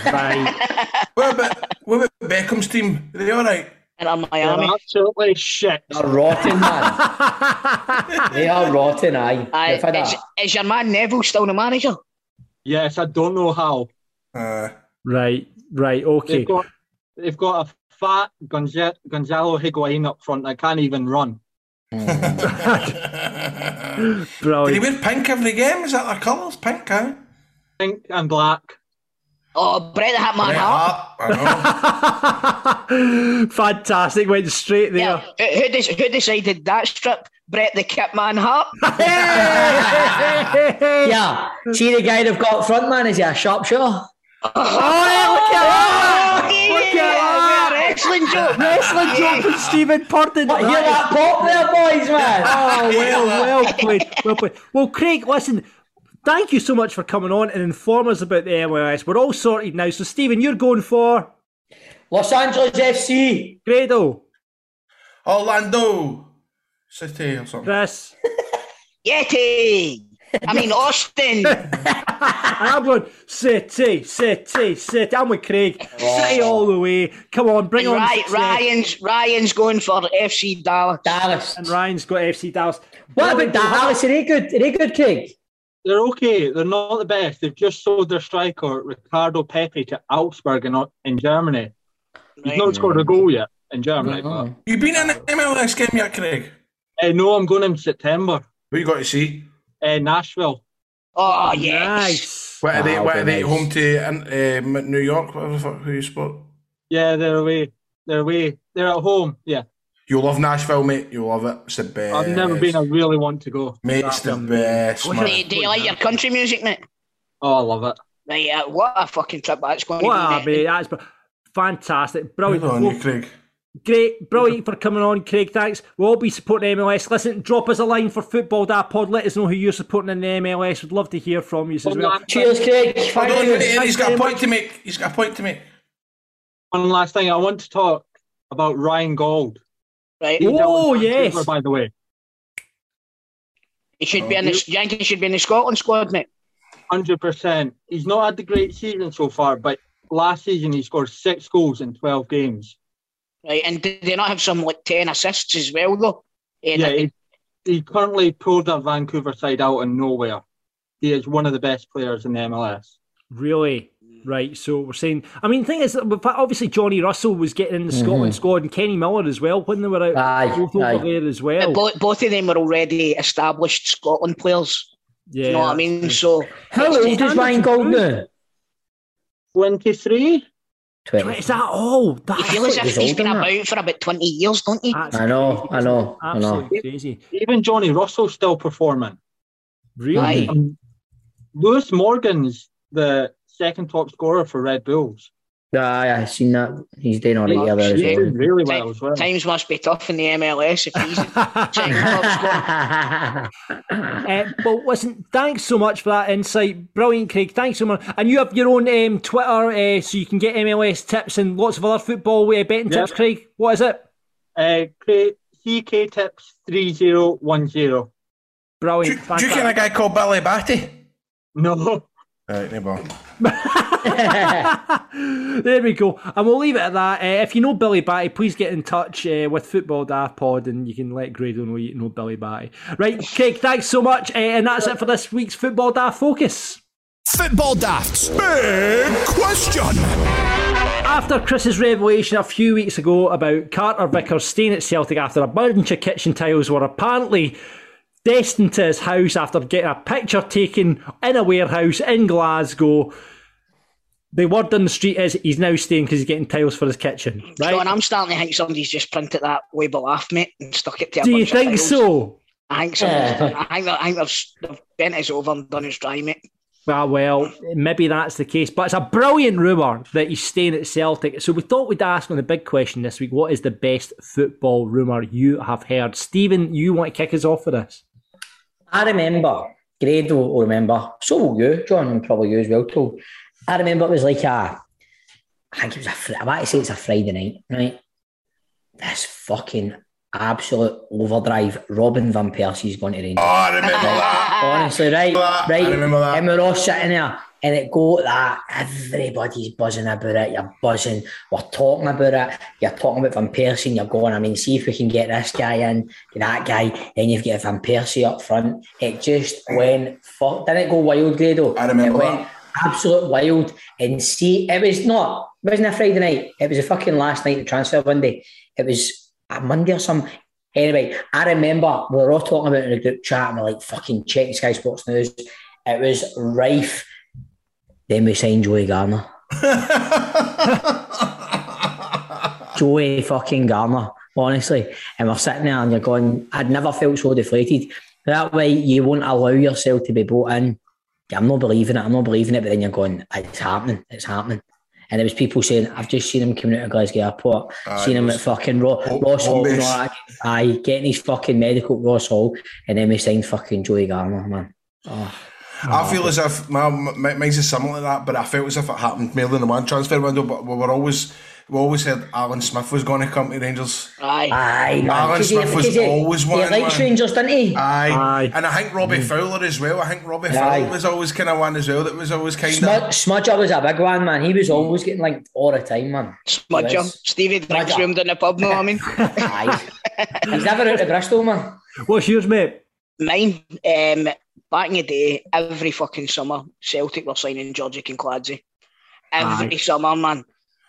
Speaker 5: Right.
Speaker 7: What about, what about Beckham's team? Are they all right?
Speaker 6: And I'm
Speaker 8: They're
Speaker 6: Miami.
Speaker 8: absolutely shit.
Speaker 4: They're rotten, man. they are rotten, aye.
Speaker 6: Aye,
Speaker 4: Aye. For that.
Speaker 6: is, is your man Neville still the manager?
Speaker 8: Yes, I don't know how.
Speaker 7: Uh,
Speaker 5: right, right, okay.
Speaker 8: They've got they've got a fat Gonza- Gonzalo Higuain up front that can't even run.
Speaker 7: did he
Speaker 5: Brilliant.
Speaker 7: wear pink every game? Is that their colours? Pink, huh?
Speaker 8: Pink and black.
Speaker 6: Oh, Brett the Hitman
Speaker 7: Red
Speaker 6: Hart.
Speaker 7: Hart, I know.
Speaker 5: Fantastic. Went straight
Speaker 6: Yeah.
Speaker 5: there.
Speaker 6: Who, who, des- who decided that strip? Brett the Kitman Hart.
Speaker 4: Yeah. See the guy they've got up front, man, is he a sharpshooter?
Speaker 5: Oh, yeah, look at that. Look at
Speaker 6: yeah,
Speaker 5: that.
Speaker 6: wrestling joke.
Speaker 5: Wrestling job from Stephen Purden.
Speaker 4: But hear
Speaker 5: That
Speaker 4: that pop there, boys, man.
Speaker 5: Oh, well, well played, well played. Well, Craig, listen, thank you so much for coming on and inform us about the MLS. We're all sorted now. So, Stephen, you're going for
Speaker 4: Los Angeles FC.
Speaker 5: Grado,
Speaker 7: Orlando City or something.
Speaker 5: Chris,
Speaker 6: Yeti. I mean, Austin.
Speaker 5: and I'm going City, City, City. I'm with Craig. City all the way. Come on, bring on
Speaker 6: Right,
Speaker 5: success.
Speaker 6: Ryan's Ryan's going for FC Dallas.
Speaker 4: Dallas.
Speaker 5: And Ryan's got FC Dallas.
Speaker 4: What about Dallas? Are they good? Are they good, Craig?
Speaker 8: They're okay. They're not the best. They've just sold their striker Ricardo Pepe to Augsburg in, in Germany. He's not scored a goal yet in Germany. But,
Speaker 7: You been in an MLS game yet, Craig?
Speaker 8: Eh, no, I'm going in September.
Speaker 7: Who you got to see?
Speaker 8: Uh, Nashville.
Speaker 6: Oh yes.
Speaker 5: Nice.
Speaker 7: What are they?
Speaker 4: Ah,
Speaker 7: What
Speaker 4: okay,
Speaker 7: are they
Speaker 4: nice.
Speaker 7: home to? In, um, New York, whatever the fuck. Who you spot?
Speaker 8: Yeah, they're away. They're away. They're at home. Yeah.
Speaker 7: You love Nashville, mate. You love it. It's the best.
Speaker 8: I've never been. I really want to go.
Speaker 7: Mate, it's the best.
Speaker 5: What's
Speaker 7: man.
Speaker 6: Do, do you like your country music, mate?
Speaker 8: Oh, I love it.
Speaker 6: Right, uh, what a fucking trip that's going
Speaker 5: Wow,
Speaker 6: to be.
Speaker 5: mate,
Speaker 6: mate.
Speaker 5: that's br- fantastic.
Speaker 7: Hold
Speaker 5: Brilliant.
Speaker 7: on,
Speaker 5: Well,
Speaker 7: you, Craig.
Speaker 5: great, brilliant for coming on, Craig. Thanks. We'll all be supporting MLS. Listen, drop us a line for football dad pod. Let us know who you're supporting in the MLS. We'd love to hear from you as
Speaker 8: One
Speaker 5: well.
Speaker 8: last,
Speaker 4: Cheers, Craig.
Speaker 7: Hold on,
Speaker 4: Thank you.
Speaker 7: he's got a point to make. He's got a point to make.
Speaker 8: one last thing. I want to talk about Ryan Gold.
Speaker 6: Right.
Speaker 8: He's out in
Speaker 5: Oh,
Speaker 8: Vancouver,
Speaker 5: yes.
Speaker 8: By the way,
Speaker 6: He should be in the Yankees should be in the Scotland squad, mate.
Speaker 8: hundred percent. He's not had the great season so far, but last season he scored six goals in twelve games.
Speaker 6: Right. And did they not have some like ten assists as well though? And
Speaker 8: yeah, he, he currently pulled that Vancouver side out of nowhere. He is one of the best players in the MLS.
Speaker 5: Really? Right, so we're saying. I mean, the thing is, that we've- obviously Johnny Russell was getting in the Scotland squad, and Kenny Miller as well when they were out
Speaker 4: Mm-hmm. Aye,
Speaker 5: both over
Speaker 4: aye.
Speaker 5: there as
Speaker 6: but
Speaker 5: well.
Speaker 6: both, both of them were already established Scotland players.
Speaker 5: yeah,
Speaker 6: You know what I mean? So
Speaker 4: How old is Ryan Gold now?
Speaker 8: Twenty-three.
Speaker 5: Right, Is
Speaker 4: 20.
Speaker 5: that all?
Speaker 6: you
Speaker 5: That's,
Speaker 6: feel as if
Speaker 4: he's
Speaker 6: he's
Speaker 4: older
Speaker 6: been
Speaker 4: than
Speaker 6: about
Speaker 4: that.
Speaker 6: for about twenty years, don't you?
Speaker 5: that's
Speaker 4: I know, I know, I know.
Speaker 5: absolutely crazy.
Speaker 8: Even Johnny Russell's still performing.
Speaker 5: Really?
Speaker 8: Um, Lewis Morgan's the second top scorer for Red Bulls.
Speaker 4: Aye, I seen that. He's doing all right there as
Speaker 8: He's doing
Speaker 4: well.
Speaker 8: really well as well.
Speaker 6: Ti- Times must be tough in the MLS if he's "Oh, setting up squad.
Speaker 5: Oh, Uh, well, listen, thanks so much for that insight. Brilliant, Craig. Thanks so much. And you have your own um, Twitter, uh, so you can get MLS tips and lots of other football uh, betting
Speaker 8: Yeah.
Speaker 5: tips, Craig. What is it?
Speaker 8: Uh, Cra- CK tips three zero one zero.
Speaker 5: Brilliant.
Speaker 7: Do you get a guy called Billy Batty?
Speaker 8: No,
Speaker 7: Right, no bother.
Speaker 5: there we go. And we'll leave it at that. Uh, if you know Billy Batty, please get in touch uh, with Football Daft Pod and you can let Grado know you know Billy Batty. Right, Craig, thanks so much. Uh, and that's it for this week's Football Daft Focus.
Speaker 2: Football Daft's Big Question.
Speaker 5: After Chris's revelation a few weeks ago about Carter Vickers staying at Celtic after a bunch of kitchen tiles were apparently destined to his house after getting a picture taken in a warehouse in Glasgow, the word on the street is he's now staying because he's getting tiles for his kitchen. Right?
Speaker 6: John, I'm starting to think somebody's just printed that label off, mate, and stuck it to a
Speaker 5: Do you
Speaker 6: bunch of
Speaker 5: think
Speaker 6: files.
Speaker 5: so?
Speaker 6: I think somebody's done it. I think, I think they've, they've bent us over and done us dry, mate.
Speaker 5: Ah, well, maybe that's the case. But it's a brilliant rumour that he's staying at Celtic. So we thought we'd ask on the big question this week what is the best football rumour you have heard? Stephen, you want to kick us off for this?
Speaker 4: I remember, Grade will remember, so will you, John, and probably you as well, too. I remember it was like a, I think it was a, Fri- I'm about to say it's a Friday night, right? This fucking absolute overdrive. Robin Van Persie's going to Rangers.
Speaker 7: Oh, I remember that.
Speaker 4: Honestly, right,
Speaker 7: that.
Speaker 4: right.
Speaker 7: I remember that.
Speaker 4: And we're all sitting there, and it go like that. Everybody's buzzing about it. You're buzzing. We're talking about it. You're talking about Van Persie. You're going. I mean, see if we can get this guy in, that guy. Then you've got Van Persie up front. It just went fuck. Didn't it go wild, Grado?
Speaker 7: I remember
Speaker 4: It went
Speaker 7: that.
Speaker 4: absolute wild. And see, it was not. It wasn't a Friday night. It was a fucking last night of transfer window. It was a Monday or something. Anyway, I remember we were all talking about it in a group chat and we're like fucking checking Sky Sports News. It was rife. Then we signed Joey Garner. Joey fucking Garner, honestly. And we're sitting there and you're going, I'd never felt so deflated. That way you won't allow yourself to be brought in. I'm not believing it, I'm not believing it, but then you're going, it's happening, it's happening. And it was people saying, I've just seen him coming out of Glasgow Airport,
Speaker 7: Ah,
Speaker 4: seen him at fucking Ro-
Speaker 7: Home-
Speaker 4: Ross Hall,
Speaker 7: home
Speaker 4: and
Speaker 7: base.
Speaker 4: all that. aye, getting his fucking medical at Ross Hall, and then we signed fucking Joey Garner, man.
Speaker 7: I feel as if my, my mine's is something like that, but I felt as if it happened more than one transfer window. But we were always we always heard Alan Smith was going to come to Rangers.
Speaker 6: Aye.
Speaker 4: Aye, man.
Speaker 7: Alan
Speaker 4: 'cause he-
Speaker 7: Smith was
Speaker 4: because he-
Speaker 7: always
Speaker 4: he
Speaker 7: wanting
Speaker 4: likes
Speaker 7: one. Ah.
Speaker 4: Rangers, didn't he?
Speaker 7: Aye.
Speaker 5: Aye.
Speaker 7: and I think Robbie Fowler as well. I think Robbie
Speaker 4: Mm. Aye.
Speaker 7: Fowler was always kind of one as well. That was always kind
Speaker 4: Smud-
Speaker 7: of.
Speaker 4: Smudger was a big one, man. He was always getting linked all the time, man.
Speaker 6: Smudger.
Speaker 4: Yes.
Speaker 6: Stevie drinks
Speaker 4: Smudger.
Speaker 6: roomed in the pub, know what I mean?
Speaker 4: Aye. He's never out of Bristol, man.
Speaker 5: What's yours, mate?
Speaker 6: Mine, um, back in the day, every fucking summer, Celtic were signing Georgie Kinkladze. Every summer, man.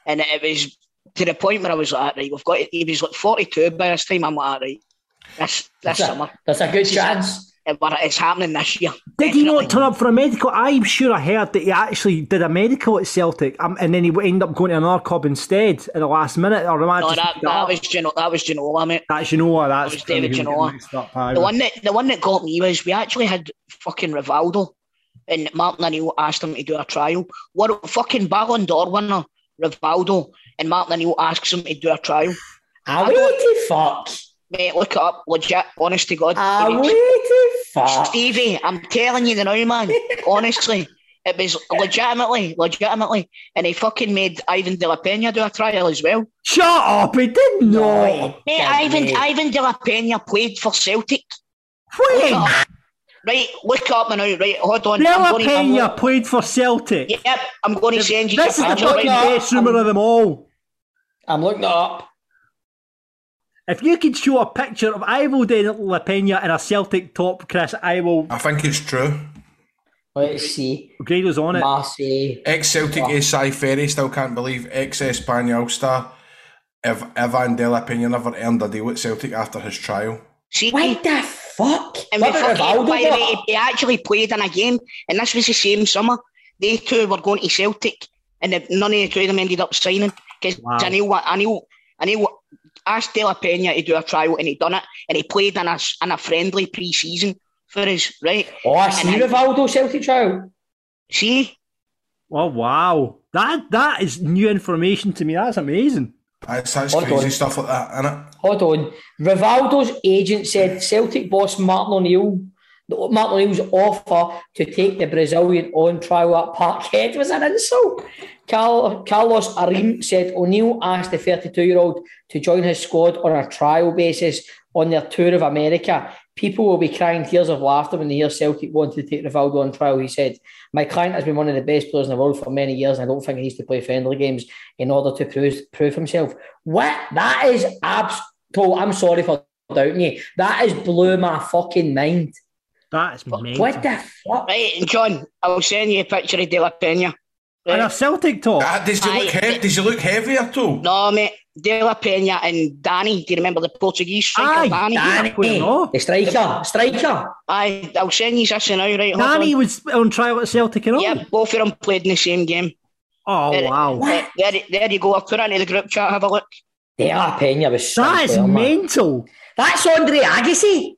Speaker 6: And it was to the point where I was like, right, we've got he was like 42 by this time. I'm like, "Ah, right, this, this
Speaker 4: That's a-
Speaker 6: summer,
Speaker 4: There's a good chance.
Speaker 6: it- but it's happening this year.
Speaker 5: Did he not
Speaker 6: Definitely.
Speaker 5: turn up for a medical? I'm sure I heard that he actually did a medical at Celtic, um, and then he ended up going to another club instead at the last minute. Or am I
Speaker 6: No,
Speaker 5: just
Speaker 6: that, that was Gino, that was Ginola, mate.
Speaker 5: "Oh, that's Genoa. That's
Speaker 6: was David
Speaker 5: who we get
Speaker 6: Genoa.
Speaker 5: mixed up, aye.
Speaker 6: The one that the one that got me was we actually had fucking Rivaldo, and Martin O'Neill asked him to do a trial. What a fucking Ballon d'Or winner, Rivaldo, and Martin O'Neill asks him to do a trial.
Speaker 4: Away to fuck.
Speaker 6: Mate, look it up, legit, honest to God. He
Speaker 4: Away
Speaker 6: was-
Speaker 4: to fuck.
Speaker 6: Stevie, I'm telling you the now, man. Honestly, it was legitimately, legitimately, and he fucking made Ivan De La Pena do a trial as well.
Speaker 5: Shut up! He did not.
Speaker 6: Mate, Ivan Ivan De La Pena played for Celtic. Look it
Speaker 5: When?
Speaker 6: up. Right, look up now. Right, hold on.
Speaker 5: De
Speaker 6: I'm
Speaker 5: La
Speaker 6: gonna- I'm
Speaker 5: Pena played for Celtic.
Speaker 6: Yep, I'm going to send you.
Speaker 5: This is
Speaker 6: your
Speaker 5: the
Speaker 6: picture
Speaker 5: fucking
Speaker 6: right
Speaker 5: best rumour of them all.
Speaker 4: I'm looking it up.
Speaker 5: If you could show a picture of Ivo De La Pena in a Celtic top, Chris, I will.
Speaker 7: I think it's true.
Speaker 4: Let's see.
Speaker 5: Grado's on it.
Speaker 4: Marseille.
Speaker 7: Ex Celtic Asai Ferry still can't believe ex Espanyol star Ev- Evan De La Pena never earned a deal at Celtic after his trial.
Speaker 6: See,
Speaker 4: Why the fuck?
Speaker 6: and we
Speaker 4: What about
Speaker 6: fucking-
Speaker 4: Rivaldo,
Speaker 6: by the way,
Speaker 4: though?
Speaker 6: he actually played in a game, and this was the same summer. They two were going to Celtic, and the- none of the two of them ended up signing because
Speaker 5: Wow.
Speaker 6: I knew what I knew. I knew what- asked De La Pena to do a trial, and he done it, and he played in a s- in a friendly pre-season for us, right?
Speaker 4: Oh, I see
Speaker 6: And I-
Speaker 4: Rivaldo Celtic trial.
Speaker 6: See,
Speaker 5: Oh wow, That that is new information to me. That's amazing.
Speaker 7: That's, that's
Speaker 4: Hold
Speaker 7: crazy
Speaker 4: on.
Speaker 7: stuff like that, innit?
Speaker 4: Hold on. Rivaldo's agent said Celtic boss Martin O'Neill, the- Martin O'Neill's offer to take the Brazilian on trial at Parkhead was an insult. Cal- Carlos Arim said O'Neill asked the 32 year old to join his squad on a trial basis on their tour of America. People will be crying tears of laughter when they hear Celtic wanted to take Rivaldo on trial, he said. My client has been one of the best players in the world for many years, and I don't think he needs to play friendly games in order to prove, prove himself. What? That is abs. Paul, I'm sorry for doubting you. That is blew my fucking mind.
Speaker 5: That is amazing.
Speaker 4: What the fuck?
Speaker 6: Right, and John, I'll send you a picture of De La Pena.
Speaker 5: And a Celtic talk.
Speaker 7: Ah, does he look
Speaker 6: Aye.
Speaker 7: he- does he look heavier too?
Speaker 6: No, mate, De La Pena and Danny. Do you remember the Portuguese
Speaker 5: Aye,
Speaker 6: striker, Danny?
Speaker 5: Danny.
Speaker 4: Hey,
Speaker 5: No.
Speaker 4: the striker, striker.
Speaker 6: Aye, I'll send you this now, right? hold
Speaker 5: Danny
Speaker 6: on.
Speaker 5: was on trial at Celtic and all.
Speaker 6: Yeah, both of them played in the same game.
Speaker 5: Oh wow.
Speaker 6: There, there, there you go. I'll put it into the group chat. Have a look.
Speaker 4: They are Pena was so
Speaker 5: That is
Speaker 4: well, man.
Speaker 5: mental.
Speaker 4: That's Andre Agassi.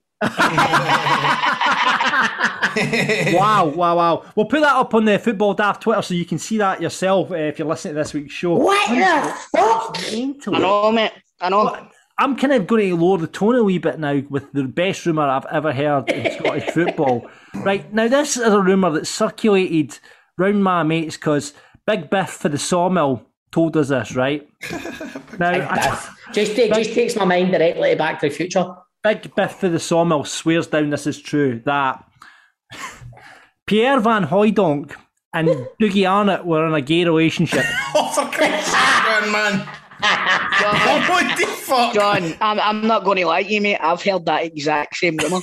Speaker 5: Wow, wow, wow. We'll put that up on the Football Daft Twitter so you can see that yourself uh, if you're listening to this week's show.
Speaker 4: What the fuck?
Speaker 5: Mental.
Speaker 6: I know, mate. I know.
Speaker 5: I'm kind of going to lower the tone a wee bit now with the best rumour I've ever heard in Scottish football. Right, now this is a rumour that circulated round my mates because Big Biff for the sawmill told us this, right? now, I,
Speaker 4: Just, it just takes my mind directly back to the future.
Speaker 5: Big Biff for the sawmill swears down this is true that Pierre Van Hooydonk and Dougie Arnott were in a gay relationship.
Speaker 7: Oh, for Christ's sake, man, man. Oh,
Speaker 6: John,
Speaker 7: What the fuck?
Speaker 6: John I'm, I'm not going to lie to you, mate. I've heard that exact same rumour.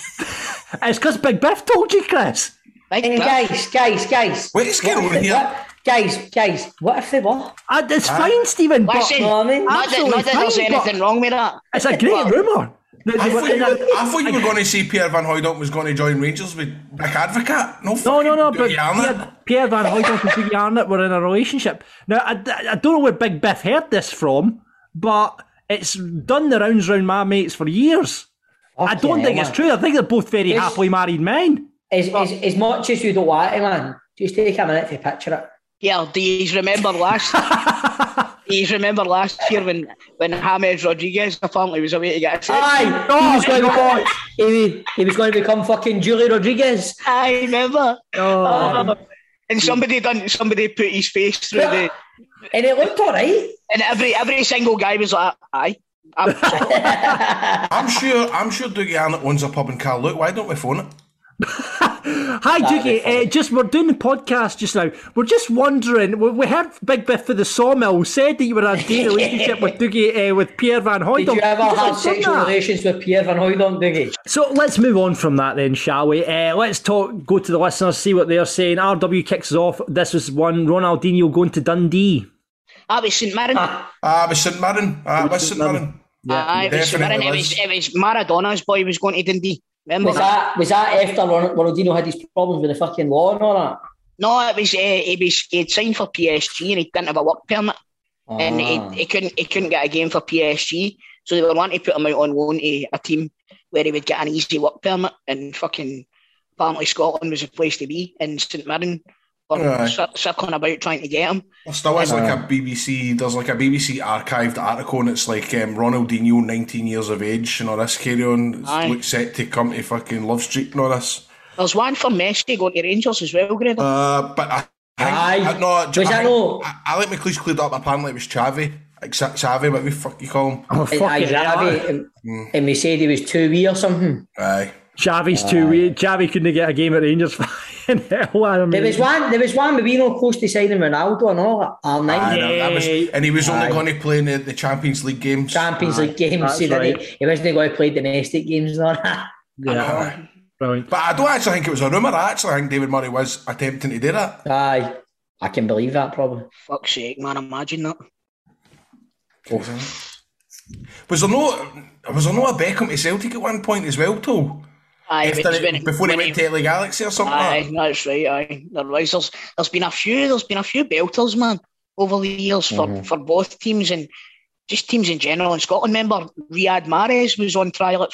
Speaker 5: it's because Big Biff told you, Chris.
Speaker 6: Right,
Speaker 4: And
Speaker 6: but-
Speaker 4: guys, guys, guys.
Speaker 7: Wait, let's get
Speaker 4: What if
Speaker 7: over
Speaker 4: they-
Speaker 7: here.
Speaker 4: what- Guys, guys, what if they were?
Speaker 5: Uh, It's fine, Stephen. but-
Speaker 6: Listen,
Speaker 4: No, I mean,
Speaker 6: not that, not that there's
Speaker 5: absolutely fine,
Speaker 6: anything wrong with that.
Speaker 5: It's a great
Speaker 6: Well,
Speaker 5: rumour. that
Speaker 7: I
Speaker 5: they were
Speaker 7: thought,
Speaker 5: in
Speaker 7: you
Speaker 5: a-
Speaker 7: were, I thought you were going to see Pierre Van Hooydonk was going to join Rangers with Rick Advocate. No,
Speaker 5: No, no, no. But
Speaker 7: fucking dirty armour.
Speaker 5: Pierre, Pierre Van Hooydonk and Dougie Arnott were in a relationship. Now, I, I- I don't know where Big Biff heard this from, but it's done the rounds round my mates for years. I don't
Speaker 4: Fucking
Speaker 5: think
Speaker 4: hell,
Speaker 5: it's
Speaker 4: man.
Speaker 5: true. I think they're both very
Speaker 4: Yes.
Speaker 5: happily married men.
Speaker 4: As, as, as much as you don't want it, man, just take a minute to picture it.
Speaker 6: Yeah, do you remember last? do you remember last year when when James Rodriguez apparently was away to get a set?
Speaker 4: Aye,
Speaker 7: Oh,
Speaker 4: he was going to He, he was going to become fucking Julie Rodriguez.
Speaker 6: I remember.
Speaker 5: Oh.
Speaker 6: And somebody done somebody put his face through the
Speaker 4: And it looked all right.
Speaker 6: and every every single guy was like, aye. I'm sorry.
Speaker 7: I'm sure. I'm sure Dougie Arnott owns a pub in Carluke. Why don't we phone it?
Speaker 5: Hi, Dougie. Uh, just we're doing the podcast just now. We're just wondering. We, we heard Big Biff for the sawmill said that you were in a dating relationship with Dougie uh, with Pierre Van Hooydonk.
Speaker 4: Did you ever
Speaker 5: You've
Speaker 4: have
Speaker 5: done
Speaker 4: sexual
Speaker 5: that.
Speaker 4: relations with Pierre Van Hooydonk, Dougie?
Speaker 5: So let's move on from that then, shall we? Uh, let's talk. Go to the listeners, see what they're saying. RW kicks us off. This was one Ronaldinho going to Dundee.
Speaker 6: I was St Mirren.
Speaker 7: Ah, with St Mirren. Ah, with St Mirren.
Speaker 6: aye, it was St Mirren.
Speaker 7: definitely
Speaker 6: It
Speaker 7: was.
Speaker 6: was, it was Maradona's boy was going to Dundee. Remember
Speaker 4: Was that was that after Ron- Ronaldinho had his problems with the fucking law and all that?
Speaker 6: No, it was uh, he was he'd signed for PSG and he didn't have a work permit and
Speaker 7: Ah.
Speaker 6: he, he couldn't he couldn't get a game for PSG, so they were wanting to put him out on loan to a team where he would get an easy work permit and fucking apparently Scotland was the place to be and St Mirren were
Speaker 7: Aye.
Speaker 6: cir- circling about trying to get him.
Speaker 7: There still is like a BBC. There's like a BBC archived article, and it's like um, Ronaldinho, 19 years of age, and all this carry on. It's
Speaker 6: Aye.
Speaker 7: Looks set to come to fucking Love Street and all this.
Speaker 6: There's one for Messi going to Rangers as well, Greg.
Speaker 7: Uh, but I.
Speaker 4: Aye.
Speaker 7: I, I, no, I,
Speaker 4: Was that no-
Speaker 7: I, I let McLeish cleared up. Apparently, it was Chavi. Exact Chavi, what the fuck you call him?
Speaker 5: Oh,
Speaker 4: And,
Speaker 5: fucking hell.
Speaker 4: Xavi, and, and we said he was two wee or something.
Speaker 7: Aye.
Speaker 5: Javi's too weird. Javi couldn't get a game at Rangers. Fucking hell, I
Speaker 4: There was
Speaker 5: mean.
Speaker 4: one. There was one. We were close to signing Ronaldo and all that. Our
Speaker 7: Aye,
Speaker 4: night
Speaker 7: no, that was,
Speaker 5: Yay.
Speaker 7: and he was only going to play in the, the Champions League games.
Speaker 4: Champions League games.
Speaker 5: that's
Speaker 4: See, didn't
Speaker 5: right.
Speaker 4: he? he wasn't going to play domestic games and all that.
Speaker 5: Yeah. Brilliant.
Speaker 7: But I don't actually think it was a rumour. I actually think David Murray was attempting to do that.
Speaker 4: Aye, I can believe that. Probably.
Speaker 6: Fuck's sake, man! Imagine that.
Speaker 7: Was there no was there no a Beckham to Celtic at one point as well, too?
Speaker 6: Aye, it
Speaker 7: After
Speaker 6: was
Speaker 7: it-
Speaker 6: when-
Speaker 7: before he
Speaker 6: when
Speaker 7: went to LA Galaxy or something like
Speaker 6: Aye,
Speaker 7: that?
Speaker 6: that's right. Aye, there was. There's, there's been a few. There's been a few belters, man, over the years for,
Speaker 4: Mm-hmm.
Speaker 6: for both teams and just teams in general in Scotland. Remember, Riyad Mahrez was on trial at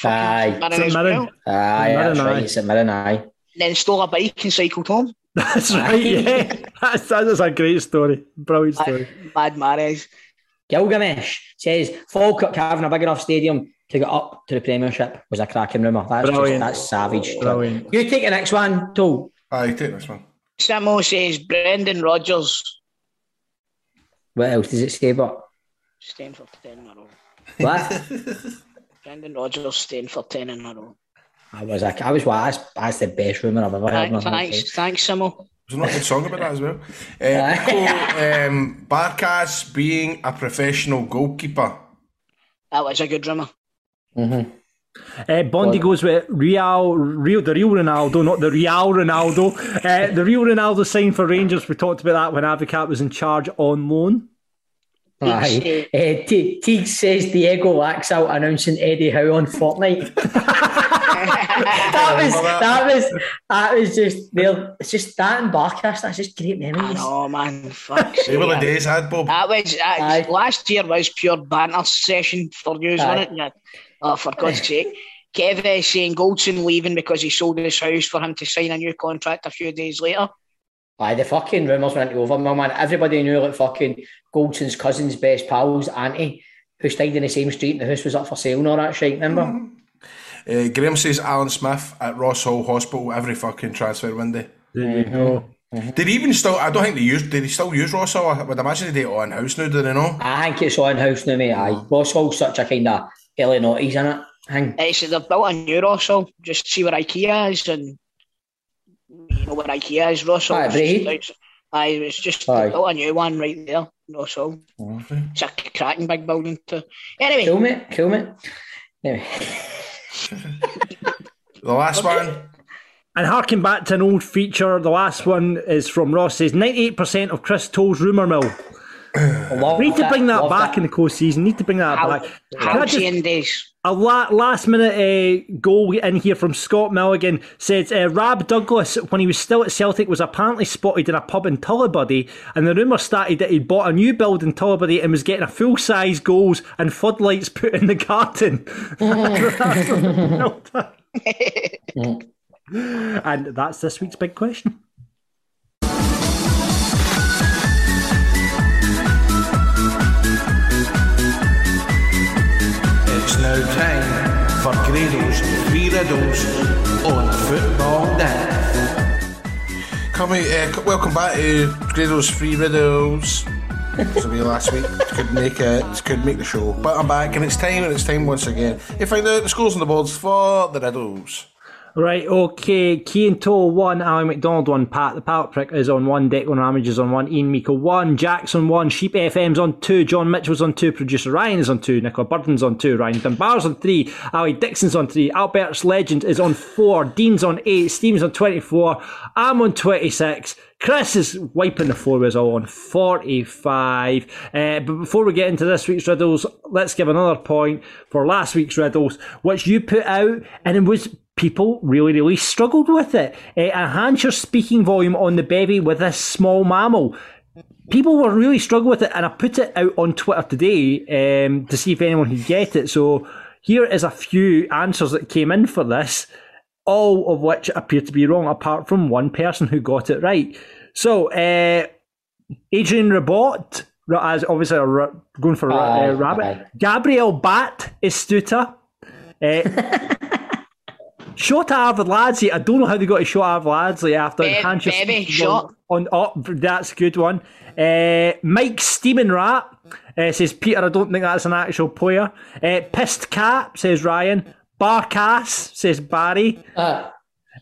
Speaker 4: Aye.
Speaker 6: fucking St Mirren as
Speaker 5: St Mirren.
Speaker 6: well.
Speaker 4: Aye,
Speaker 5: Mirren,
Speaker 4: that's
Speaker 5: aye.
Speaker 4: right. It's a Mirren. Aye.
Speaker 6: Then stole a bike and cycled home.
Speaker 5: That's right, yeah. That's, that is a great story. Brilliant story.
Speaker 6: Bad marriage.
Speaker 4: Gilgamesh says Falkirk having a big enough stadium to get up to the Premiership was a cracking rumour. That's just,
Speaker 5: Brilliant.
Speaker 4: that's savage.
Speaker 5: Brilliant.
Speaker 4: You take the next one, Toll.
Speaker 7: Aye, take this one.
Speaker 6: Samo says Brendan Rodgers
Speaker 4: What else does it say? But
Speaker 6: staying for 10 in a row.
Speaker 4: what?
Speaker 6: Brendan Rodgers staying for 10 in a row.
Speaker 4: I was like, I was wow, that's, that's the best rumour I've ever heard. in my
Speaker 6: Thanks,
Speaker 4: whole life.
Speaker 6: thanks, thanks, Samo.
Speaker 7: There's not a good song about that as well. Uh, Nico, um, Barkas being a professional goalkeeper.
Speaker 6: That was a good rumour.
Speaker 5: Uh, Bondi goes with Real, Real, the real Ronaldo, not the Real Ronaldo. Uh, the real Ronaldo signed for Rangers. We talked about that when Avicat was in charge on loan.
Speaker 4: Aye. Uh, Te- Teague says Diego lacks out announcing Eddie Howe on Fortnite. that was that was that was just there. It's just that and Barkas. That's just great
Speaker 6: I
Speaker 4: memories.
Speaker 6: know, man. Fuck's
Speaker 7: They were the
Speaker 6: sake.
Speaker 7: days I had, Bob.
Speaker 6: That was that,
Speaker 4: Aye.
Speaker 6: last year was pure banter session for
Speaker 4: Aye.
Speaker 6: you, wasn't it? Yeah. Oh, for God's sake. Kev is saying Goldson leaving because he sold his house for him to sign a new contract a few days later.
Speaker 4: Aye, the fucking rumours went over, my man. Everybody knew like fucking Goldson's cousin's best pals, Auntie, who stayed in the same street and the house was up for sale and all that shit, remember?
Speaker 7: Uh, Graham says Alan Smith at Ross Hall Hospital every fucking transfer window. Mm-hmm.
Speaker 5: There you go.
Speaker 7: Did he even still? I don't think they used. Did they still use Ross Hall? I would imagine they did it all in house now. Do they know?
Speaker 4: I think it's on house now, mate. Aye. Ross Hall's such a kind of early noughties, in it? Hang.
Speaker 6: They said they've built a new Russell. Just see where IKEA is and you know where IKEA is, Russell.
Speaker 4: Aye, Bree.
Speaker 6: Aye, it's just
Speaker 4: Aye.
Speaker 6: they built a new one right there, Russell. It's a cracking big building too. Anyway,
Speaker 4: Kill me, kill me. Anyway.
Speaker 7: The last one.
Speaker 5: And harking back to an old feature, the last one is from Ross says 98% of Chris Toll's rumour mill.
Speaker 4: Love
Speaker 5: Need to bring that
Speaker 4: love
Speaker 5: back in the close season. Need to bring that
Speaker 6: Hal-
Speaker 5: back. Can I just-
Speaker 6: halcyon days.
Speaker 5: A la- last minute uh, goal in here from Scott Milligan said uh, Rab Douglas, when he was still at Celtic, was apparently spotted in a pub in Tullibody, and the rumour started that he'd bought a new build in Tullibody and was getting a full size goals and floodlights put in the garden. and that's this week's big question.
Speaker 1: It's now time for Grado's three riddles on Football Day.
Speaker 7: Come here, uh, c- welcome back to Grado's Free Riddles. It's away last week. Couldn't make it. Couldn't make the show. But I'm back, and it's time, and it's time once again. You find out the scores on the boards for the riddles.
Speaker 5: Right, okay. Kean Toll one, Alan McDonald one, Pat the Pallet Prick is on one, Declan Ramage is on one, Ian Meikle one, Jackson one, Sheep FM's on two, John Mitchell's on two, producer Ryan is on two, Nicola Burden's on two, Ryan Dunbar's on three, Ali Dixon's on three, Albert's Legend is on four, Dean's on eight, Steve's on 24, I'm on 26. Chris is wiping the floor with us all on 45. Uh, but before we get into this week's riddles, let's give another point for last week's riddles, which you put out, and it was people really, really struggled with it. Uh, enhance your speaking volume on the baby with this small mammal. People were really struggling with it, and I put it out on Twitter today um, to see if anyone could get it. So here is a few answers that came in for this, all of which appear to be wrong, apart from one person who got it right. So uh, Adrian Rabot, ra- as obviously a ra- going for ra-
Speaker 4: Aye,
Speaker 5: uh, rabbit.
Speaker 4: aye.
Speaker 5: Gabriel Bat is Stuta. Uh, Shot Arvid Ladsley. I don't know how they got to Shot Arvid Ladsley after
Speaker 6: Be-
Speaker 5: Hampshire
Speaker 6: Bevy,
Speaker 5: Speed
Speaker 6: shot.
Speaker 5: on, on up. That's a good one. Uh, Mike Steaming Rat uh, says Peter. I don't think that's an actual player. Uh, Pissed Cat says Ryan. Barcass says Barry.
Speaker 4: Ah.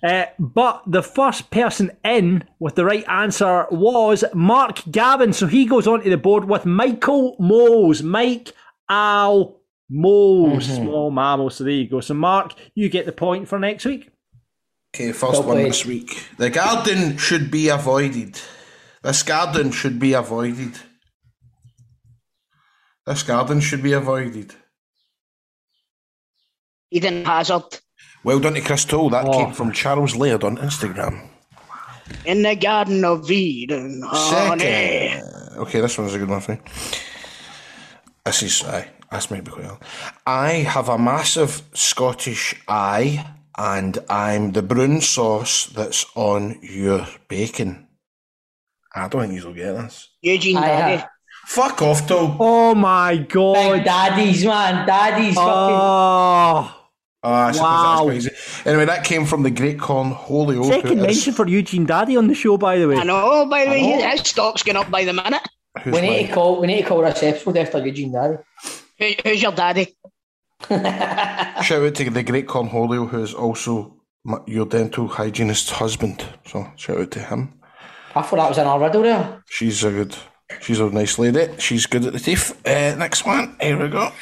Speaker 5: Uh, but the first person in with the right answer was Mark Gavin. So he goes onto the board with Michael Moles. Mike Al Moles. Small mammal. So there you go. So, Mark, you get the point for next week.
Speaker 7: Okay, first
Speaker 4: Well
Speaker 7: one
Speaker 4: played.
Speaker 7: this week. The garden should be avoided. This garden should be avoided. This garden should be avoided.
Speaker 6: Eden Hazard.
Speaker 7: Well done to Chris Toll. That
Speaker 5: Oh.
Speaker 7: came from Charles Laird on Instagram.
Speaker 6: In the Garden of Eden.
Speaker 5: Oh,
Speaker 6: honey.
Speaker 7: Second. Uh, Okay, this one's a good one for you. This is, aye, this might be quite hard. I have a massive Scottish eye. and I'm the brown sauce that's on your bacon. I don't think you'll get this.
Speaker 6: Eugene
Speaker 4: Aye,
Speaker 6: Daddy.
Speaker 4: aye.
Speaker 7: Fuck off, Tom.
Speaker 5: Oh my
Speaker 4: Big
Speaker 5: god.
Speaker 4: Oh, daddies, man, daddies. fucking.
Speaker 5: Oh.
Speaker 7: Ah, I suppose
Speaker 5: Wow.
Speaker 7: that's quite easy. Anyway, that came from the great con Holy Oak.
Speaker 5: Second
Speaker 7: who is-
Speaker 5: mention for Eugene Daddy on the show, by the way.
Speaker 6: I know, by the way,
Speaker 7: I know.
Speaker 6: his stock's going up by the minute.
Speaker 7: who's
Speaker 4: We need
Speaker 7: mine.
Speaker 4: to call. We need to call this episode after Eugene Daddy.
Speaker 6: Who, who's your daddy?
Speaker 7: Shout out to the great Con Holio, who is also my, your dental hygienist's husband. So shout out to him.
Speaker 4: I thought that was an riddle there.
Speaker 7: She's a good, she's a nice lady. She's good at the teeth. Uh, next one. Here we go.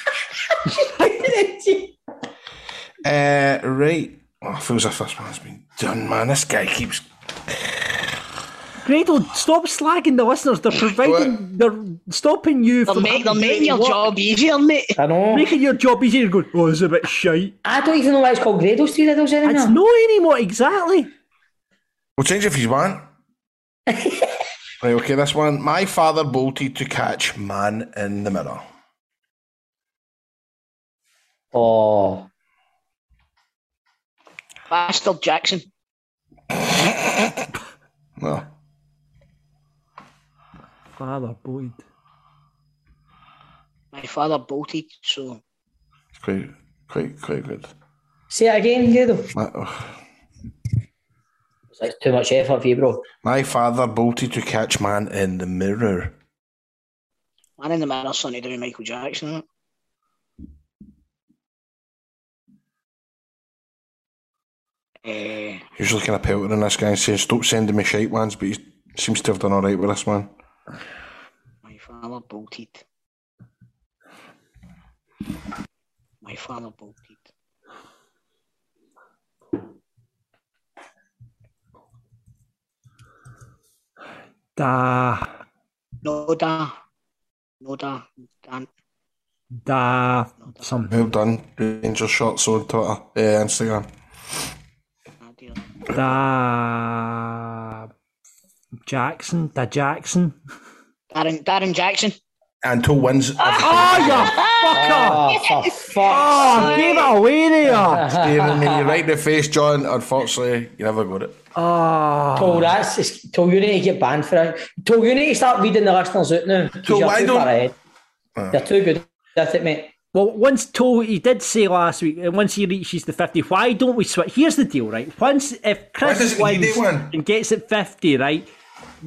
Speaker 7: Uh, right. Oh, feels as if this one's been done, man. This guy keeps.
Speaker 5: Gradle, stop slagging the listeners. They're providing, they're stopping you
Speaker 6: They're,
Speaker 5: from
Speaker 6: make, they're
Speaker 5: having
Speaker 6: making your
Speaker 5: work.
Speaker 6: job easier, mate.
Speaker 4: I know.
Speaker 5: making your job easier. You're Going, oh, it's a bit shite.
Speaker 4: I don't even know why it's called Grados Three Riddles
Speaker 5: It's
Speaker 4: anymore.
Speaker 5: not anymore, exactly.
Speaker 7: We'll change it if you want. right. Okay. This one. My father bolted to catch man in the mirror.
Speaker 4: Oh,
Speaker 6: Bastard Jackson.
Speaker 7: No.
Speaker 5: Father Boyd.
Speaker 6: My father bolted, so
Speaker 7: It's quite, quite, quite good.
Speaker 4: say it again, Grado.
Speaker 7: My, oh.
Speaker 4: It's like too much effort for you, bro.
Speaker 7: My father bolted to catch man in the mirror.
Speaker 6: man in the mirror, something to do with Michael Jackson. innit? Eh,
Speaker 7: Usually kind of pelting this guy and saying, Stop sending me shite ones, but he seems to have done alright with this man.
Speaker 6: my father bolted. My father bolted.
Speaker 5: Da,
Speaker 6: No da, no da, Dan.
Speaker 5: da, some.
Speaker 7: Well done, Ranger Shots on Twitter, uh, Instagram.
Speaker 6: Ah, dear.
Speaker 5: Da. Jackson, da Jackson.
Speaker 6: Darren, Darren Jackson.
Speaker 7: Until wins.
Speaker 5: Oh, you fucker!
Speaker 4: Oh, for fuck.
Speaker 5: Oh, give it away there!
Speaker 7: Staring me right in the face, John. Unfortunately, you never got it.
Speaker 5: Oh,
Speaker 4: Told that's it's, told you need to get banned for it. Told you need to start reading the listeners out now. 'cause
Speaker 7: So
Speaker 4: you're
Speaker 7: why
Speaker 4: too
Speaker 7: don't-
Speaker 4: far ahead. You're too good at it, mate.
Speaker 5: Well, once Toe, he did say last week, and once he reaches the 50, why don't we switch? Here's the deal, right? Once, if Chris
Speaker 7: doesn't he
Speaker 5: wins
Speaker 7: do one?
Speaker 5: and gets it 50, right,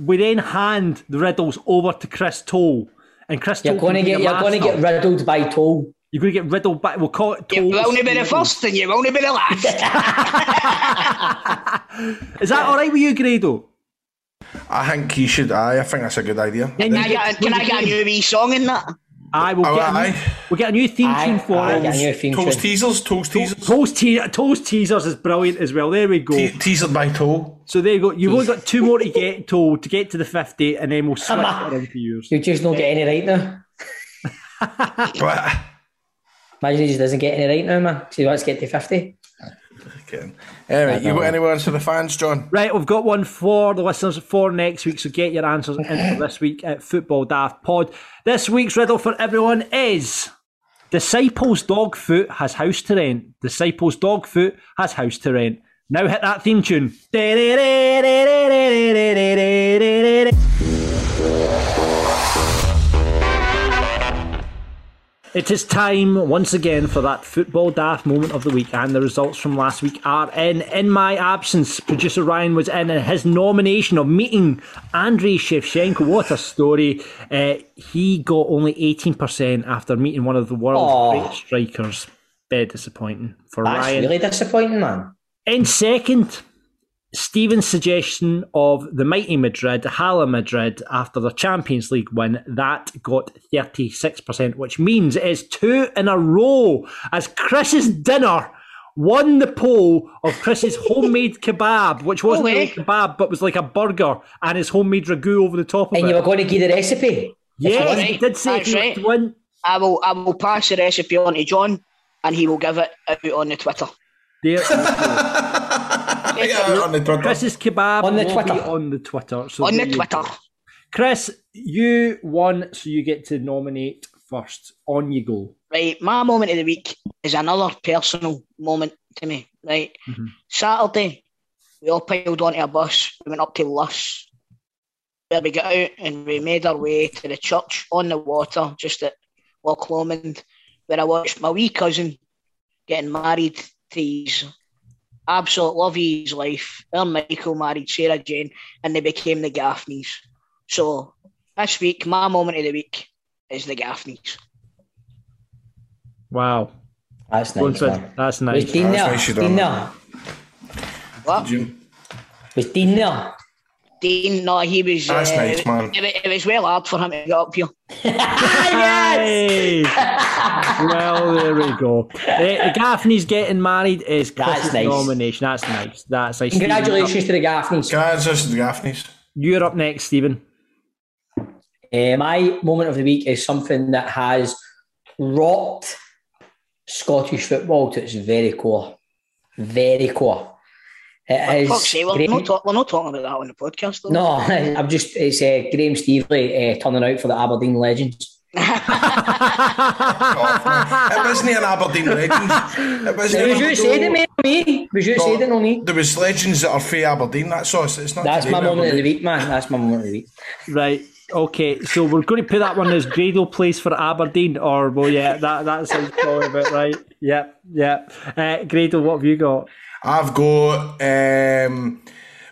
Speaker 5: we then hand the riddles over to Chris Toe. And Chris
Speaker 4: You're
Speaker 5: Toe can
Speaker 4: gonna
Speaker 5: be
Speaker 4: get
Speaker 5: the
Speaker 4: you're gonna
Speaker 5: master.
Speaker 4: get riddled by toll.
Speaker 5: You're going to get riddled back. We'll call it
Speaker 6: You
Speaker 5: Toe.
Speaker 6: will only be the first and you will only be the last.
Speaker 5: Is that all right with you, Grado?
Speaker 7: I think he should. Aye, I think that's a good idea.
Speaker 5: Then
Speaker 6: Can I
Speaker 5: you
Speaker 6: get, can I get a new wee song in that?
Speaker 5: Aye, we'll
Speaker 7: Oh,
Speaker 5: get, a new,
Speaker 7: aye.
Speaker 5: we'll get a new theme
Speaker 4: Aye,
Speaker 5: tune for
Speaker 4: aye,
Speaker 5: it.
Speaker 4: yeah, new theme
Speaker 7: Toes
Speaker 4: tune.
Speaker 7: teasers, toes teasers.
Speaker 5: Toes, te- Toes Teasers is brilliant as well. There we go.
Speaker 7: Te- teasered by toe.
Speaker 5: So there you go. You've only got two more to get to to get to the fifty, and then we'll switch it into yours.
Speaker 4: You just don't get any right now.
Speaker 7: But,
Speaker 4: Imagine he just doesn't get any right now, man. So he wants to get to fifty.
Speaker 7: kidding. Anyway, you got any words for the fans, John?
Speaker 5: Right, we've got one for the listeners for next week. So get your answers in for this week at Football Daft Pod. This week's riddle for everyone is: Disciples Dogfoot has house to rent. Disciples Dogfoot has house to rent. Now hit that theme tune. It is time once again for that football daft moment of the week, and the results from last week are in. In my absence, producer Ryan was in, and his nomination of meeting Andrei Shevchenko, what a story! Uh, he got only 18% after meeting one of the world's
Speaker 4: Aw.
Speaker 5: great strikers. Bit disappointing for
Speaker 4: That's
Speaker 5: Ryan.
Speaker 4: really disappointing, man.
Speaker 5: In second, Stephen's suggestion of the mighty Madrid, Hala Madrid, after the Champions League win, that got 36%, which means it is two in a row as Chris's dinner won the poll of Chris's homemade kebab, which wasn't
Speaker 4: Oh,
Speaker 6: way.
Speaker 5: really
Speaker 4: eh?
Speaker 5: a kebab, but was like a burger and his homemade ragu over the top of
Speaker 4: And
Speaker 5: it.
Speaker 4: you were going to give the recipe.
Speaker 5: yes,
Speaker 6: That's
Speaker 5: he did say
Speaker 6: right.
Speaker 5: he
Speaker 6: That's
Speaker 5: was one.
Speaker 6: I will I will pass the recipe on to John and he will give it out on the Twitter.
Speaker 5: There,
Speaker 7: Yeah, on the Twitter.
Speaker 5: Chris's kebab
Speaker 4: On the
Speaker 5: will be
Speaker 4: Twitter.
Speaker 5: on the Twitter. So
Speaker 6: On the
Speaker 5: there you
Speaker 6: Twitter.
Speaker 5: Chris, you won, so you get to nominate first. On you go.
Speaker 6: Right, my moment of the week is another personal moment to me, right? Saturday, we all piled onto a bus. We went up to Luss, where we got out and we made our way to the church on the water, just at Loch Lomond, where I watched my wee cousin getting married to his absolute love of his life. Her Michael married Sarah Jane, and they became the Gaffneys. So this week, my moment of the week is the Gaffneys.
Speaker 5: Wow.
Speaker 4: That's nice.
Speaker 5: Brentford,
Speaker 4: man.
Speaker 5: That's
Speaker 4: Was
Speaker 5: nice.
Speaker 4: Dean
Speaker 7: That's
Speaker 4: there?
Speaker 7: nice you
Speaker 4: Dean
Speaker 7: done.
Speaker 4: there?
Speaker 6: What?
Speaker 7: Jim.
Speaker 4: Was Dean there?
Speaker 6: Dean, no, he was.
Speaker 7: That's
Speaker 6: uh,
Speaker 7: nice, man.
Speaker 6: It, wa- it was well hard for him to get up here.
Speaker 4: Ah,
Speaker 5: Hey! well, there we go. Eh, Gaffney's getting married is
Speaker 4: That's
Speaker 5: Chris's
Speaker 4: nice.
Speaker 5: nomination. That's nice. That's nice. Stephen, you're up-
Speaker 4: Congratulations to the Gaffneys.
Speaker 7: Guys, this is the Gaffneys.
Speaker 5: You're up next, Stephen.
Speaker 4: Uh, my moment of the week is something that has rocked Scottish football to its very core. Very core. It
Speaker 6: Fuck's
Speaker 4: is
Speaker 6: sake, we're,
Speaker 4: Graham-
Speaker 6: not talk, we're not talking about that on the podcast, though.
Speaker 4: no, I'm just it's uh, Graham Steveley uh, turning out for the Aberdeen Legends.
Speaker 7: it wasn't an Aberdeen legend. It wasn't
Speaker 4: Was
Speaker 7: an
Speaker 4: you saying it,
Speaker 7: Aberdeen-
Speaker 4: mate? on Me? Was you saying it on me?
Speaker 7: There was legends that are free Aberdeen. That's us. It's not.
Speaker 4: That's
Speaker 7: today,
Speaker 4: my moment of the
Speaker 7: Aberdeen.
Speaker 4: week, man. That's my moment of the week.
Speaker 5: Right. Okay. So we're going to put that one as Gradle plays for Aberdeen, or well, yeah, that that sounds probably about right. Yep. Yep. Uh, Gradle, what have you got?
Speaker 7: I've got um,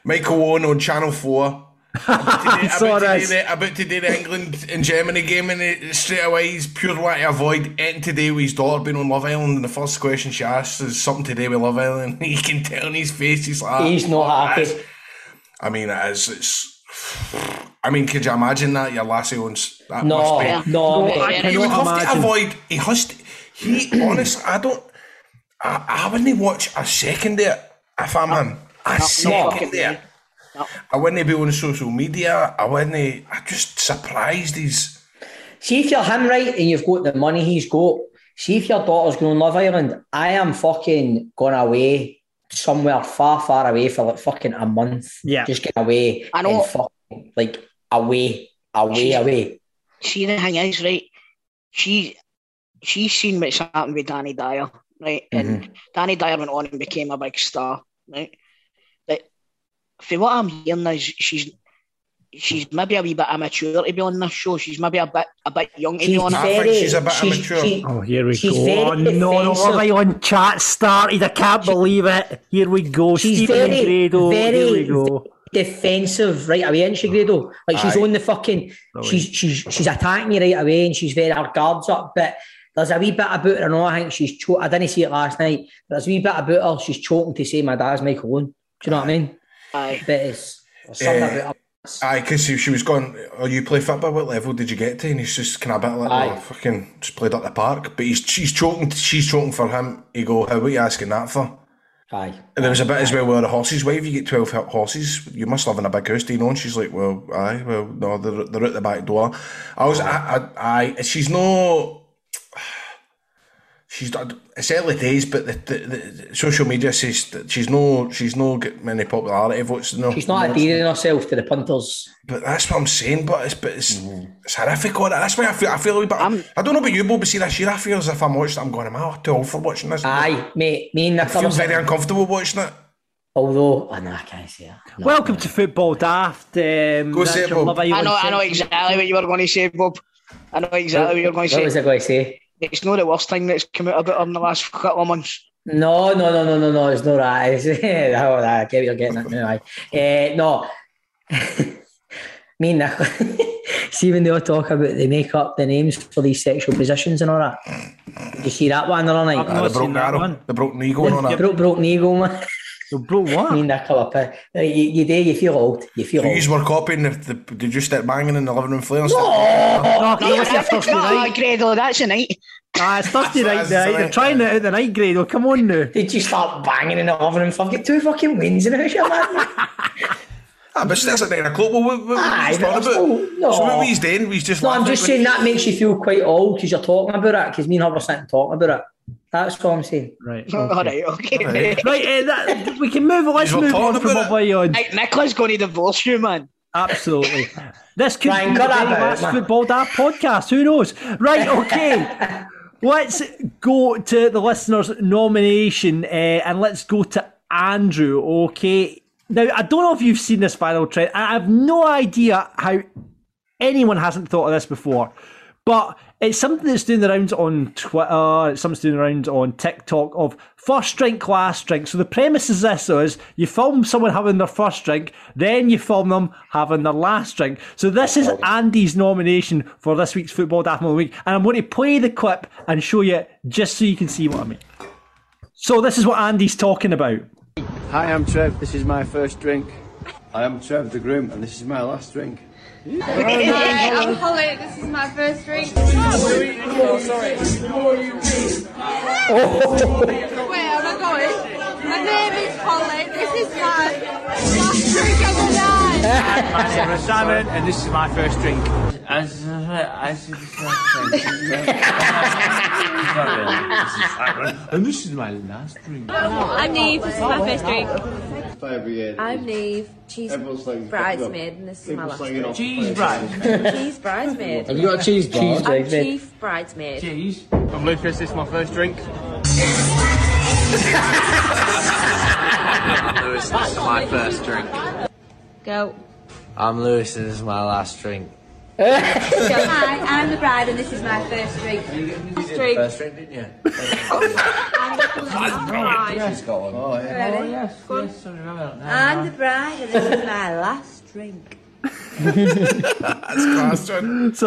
Speaker 7: Michael Owen on Channel Four. About to do- about
Speaker 5: Saw
Speaker 7: to do
Speaker 5: this.
Speaker 7: the- About to do the England and Germany game, and it, straight away he's pure want to avoid anything today with his daughter being on Love Island. And the first question she asks is something today with Love Island. You can tell on his face he's like,
Speaker 4: He's not happy.
Speaker 7: I mean, it is. It's. I mean, could you imagine that your lassie owns that?
Speaker 4: No,
Speaker 7: must be-
Speaker 6: Yeah.
Speaker 4: no,
Speaker 6: No, I
Speaker 4: mate.
Speaker 7: he would
Speaker 5: cannot
Speaker 7: have to
Speaker 5: imagine.
Speaker 7: avoid. He has to. He honestly, I don't. I, I wouldn't watch a second there if I'm him. A second
Speaker 6: fucking
Speaker 7: there.
Speaker 6: way. No.
Speaker 7: I wouldn't be on social media. I wouldn't. I just surprised he's.
Speaker 4: See if you're him right and you've got the money he's got. See if your daughter's going on Love Island. I am fucking going away somewhere far, far away for like fucking a month.
Speaker 5: Yeah.
Speaker 4: Just get away.
Speaker 6: I know.
Speaker 4: And fucking, like away, away, away.
Speaker 6: See, the thing is, right? She, she's seen what's happened with Danny Dyer, right?
Speaker 4: Mm-hmm.
Speaker 6: And Danny Dyer went on and became a big star, right? But for what I'm hearing is she's she's maybe a wee bit immature to be on this show. She's maybe a bit a bit young to be
Speaker 4: She's
Speaker 6: on it.
Speaker 7: think
Speaker 4: very.
Speaker 7: she's a bit
Speaker 4: she's,
Speaker 7: immature.
Speaker 4: she-
Speaker 5: Oh, here we
Speaker 4: She's
Speaker 5: go.
Speaker 4: very
Speaker 5: oh, no, no,
Speaker 4: defensive.
Speaker 5: right on chat started. I can't believe it. Here we go.
Speaker 4: She's
Speaker 5: Stephen and
Speaker 4: very,
Speaker 5: Gradle. Here
Speaker 4: very
Speaker 5: we go.
Speaker 4: defensive right away, isn't she, Grado? Like she's
Speaker 7: Aye.
Speaker 4: on the fucking, she's she's she's attacking you right away, and she's very her guards up. But there's a wee bit about her. No, I think she's. Cho- I didn't see it last night. But there's a wee bit about her. She's choking to say, "My dad's Michael Owen." Do you know what I mean?
Speaker 6: Aye.
Speaker 4: But it's there's something
Speaker 7: Eh,
Speaker 4: about her.
Speaker 7: Aye, because she was going. Oh, you play football? What level did you get to? And he's just kind of a bit like,
Speaker 4: Aye.
Speaker 7: oh, fucking just played up the park. But he's she's choking. She's choking for him. He go, how are you asking that for?
Speaker 4: Aye.
Speaker 7: And there was a bit as well where the horses, why have you get 12 ho- horses? You must live in a big house, do you know? And she's like, well, aye, well, no, they're, they're at the back door. I was, I, I, I she's no, she's, not- it's early days, but the, the, the social media says that she's no, she's no get many popularity votes. No,
Speaker 4: She's not
Speaker 7: no,
Speaker 4: adhering herself to the punters.
Speaker 7: But that's what I'm saying, but it's, but it's, it's horrific on it. That's why I feel, I feel a wee bit, I'm, I do not know about you, Bob, but see this year, I feel as if I'm watching it, I'm going, am I too old for watching this?
Speaker 4: Aye, mate. Me and Nick
Speaker 7: I feel
Speaker 4: are
Speaker 7: very
Speaker 4: sitting-
Speaker 7: uncomfortable watching it.
Speaker 4: Although, oh, no, I can't see her. No.
Speaker 5: Welcome to Football Daft. Um,
Speaker 7: Go
Speaker 5: that's
Speaker 7: say it,
Speaker 5: your
Speaker 7: Bob.
Speaker 5: Love Island
Speaker 6: I know, I know
Speaker 5: section.
Speaker 6: exactly what you were going to say, Bob. I know exactly what you were going to
Speaker 4: What
Speaker 6: say.
Speaker 4: was I going to say?
Speaker 6: It's not the worst thing that's come out about him in the last couple of months.
Speaker 4: No, no, no, no, no, no. It's not that. It's, no, no, I get what you're getting at now. Aye. Eh, no. Me and Nick, see when they all talk about they make up the names for these sexual positions and all that. Did you see that one the other
Speaker 5: I've
Speaker 4: night?
Speaker 7: Ah,
Speaker 5: not
Speaker 7: the
Speaker 5: seen
Speaker 7: broken
Speaker 5: that
Speaker 7: arrow,
Speaker 5: one.
Speaker 7: the broken knee going on it.
Speaker 4: Broke, broke knee go, man.
Speaker 5: So, bro,
Speaker 4: Me
Speaker 5: what?
Speaker 4: and Nick are up. eh. You, you do, you feel old. You feel
Speaker 7: You
Speaker 4: old.
Speaker 7: were copying the, the did you start banging in the living room floor? No,
Speaker 5: Oh, no, it's your
Speaker 6: That's
Speaker 5: Thursday
Speaker 6: not a
Speaker 5: night.
Speaker 6: grade, though. That's a night.
Speaker 5: Ah, it's Thursday night.
Speaker 7: That's right.
Speaker 5: They're trying it out the night, Gradle. Come on now.
Speaker 4: Did you start banging in the oven and fucking two fucking wins in the house, you man?
Speaker 7: ah, but that's at nine o'clock. Well, what, what,
Speaker 4: Aye,
Speaker 7: what
Speaker 4: but
Speaker 7: about?
Speaker 4: that's all- no.
Speaker 7: So what he's doing? He's just.
Speaker 4: No, I'm
Speaker 7: laughing
Speaker 4: just
Speaker 7: at
Speaker 4: saying
Speaker 7: me.
Speaker 4: that makes you feel quite old because you're talking about it. Because me and her were sitting talking about it. That's what I'm saying.
Speaker 5: Right.
Speaker 6: All
Speaker 5: Okay.
Speaker 6: right, okay.
Speaker 7: Right.
Speaker 5: Right, eh, that, we can move on. Let's
Speaker 7: He's
Speaker 5: move
Speaker 7: talking
Speaker 5: on from
Speaker 7: about
Speaker 5: Love Island.
Speaker 6: Like, Nicola's going to divorce you, man.
Speaker 5: Absolutely. This could
Speaker 4: Ryan,
Speaker 5: be
Speaker 4: cut
Speaker 5: the
Speaker 4: that
Speaker 5: very
Speaker 4: out,
Speaker 5: last
Speaker 4: man.
Speaker 5: football dad podcast. Who knows? Right. Okay. Let's go to the listeners' nomination uh, and let's go to Andrew, okay? Now, I don't know if you've seen this viral trend. I have no idea how anyone hasn't thought of this before, but it's something that's doing the rounds on Twitter, it's something that's doing the rounds on TikTok of first drink, last drink. So the premise is this though, is you film someone having their first drink, then you film them having their last drink. So this is Andy's nomination for this week's Football Daft Moment Week, and I'm going to play the clip and show you just so you can see what I mean. So this is what Andy's talking about.
Speaker 9: Hi, I'm Trev. This is my first drink. I am Trev the groom, and this is my last drink.
Speaker 10: I'm Holly. This is my first drink. Oh. Where am I going? My name is Holly. This is my last drink of the night.
Speaker 11: Simon, and this is my first drink. As as this is my first drink. and this is my last drink.
Speaker 10: I'm Neve. This is my first drink.
Speaker 9: Fire brigade.
Speaker 10: I'm Neve. Cheese
Speaker 9: Everyone's like-
Speaker 10: bridesmaid, and this is my
Speaker 9: Everyone's
Speaker 10: last
Speaker 9: like, you know,
Speaker 10: drink.
Speaker 11: Cheese, right?
Speaker 10: Cheese bridesmaid.
Speaker 4: You got a cheese bar?
Speaker 10: I'm chief bridesmaid.
Speaker 11: Cheese. I'm Lucas. This is my first drink. Lewis, this is my first drink.
Speaker 10: Go.
Speaker 11: I'm Lewis, and this is my last drink.
Speaker 10: Hi, I'm the bride, and this is my first drink. First drink.
Speaker 11: drink, didn't you?
Speaker 10: I'm the bride.
Speaker 6: Oh,
Speaker 10: Ready? Go on. I'm the bride, and this is my last drink.
Speaker 5: So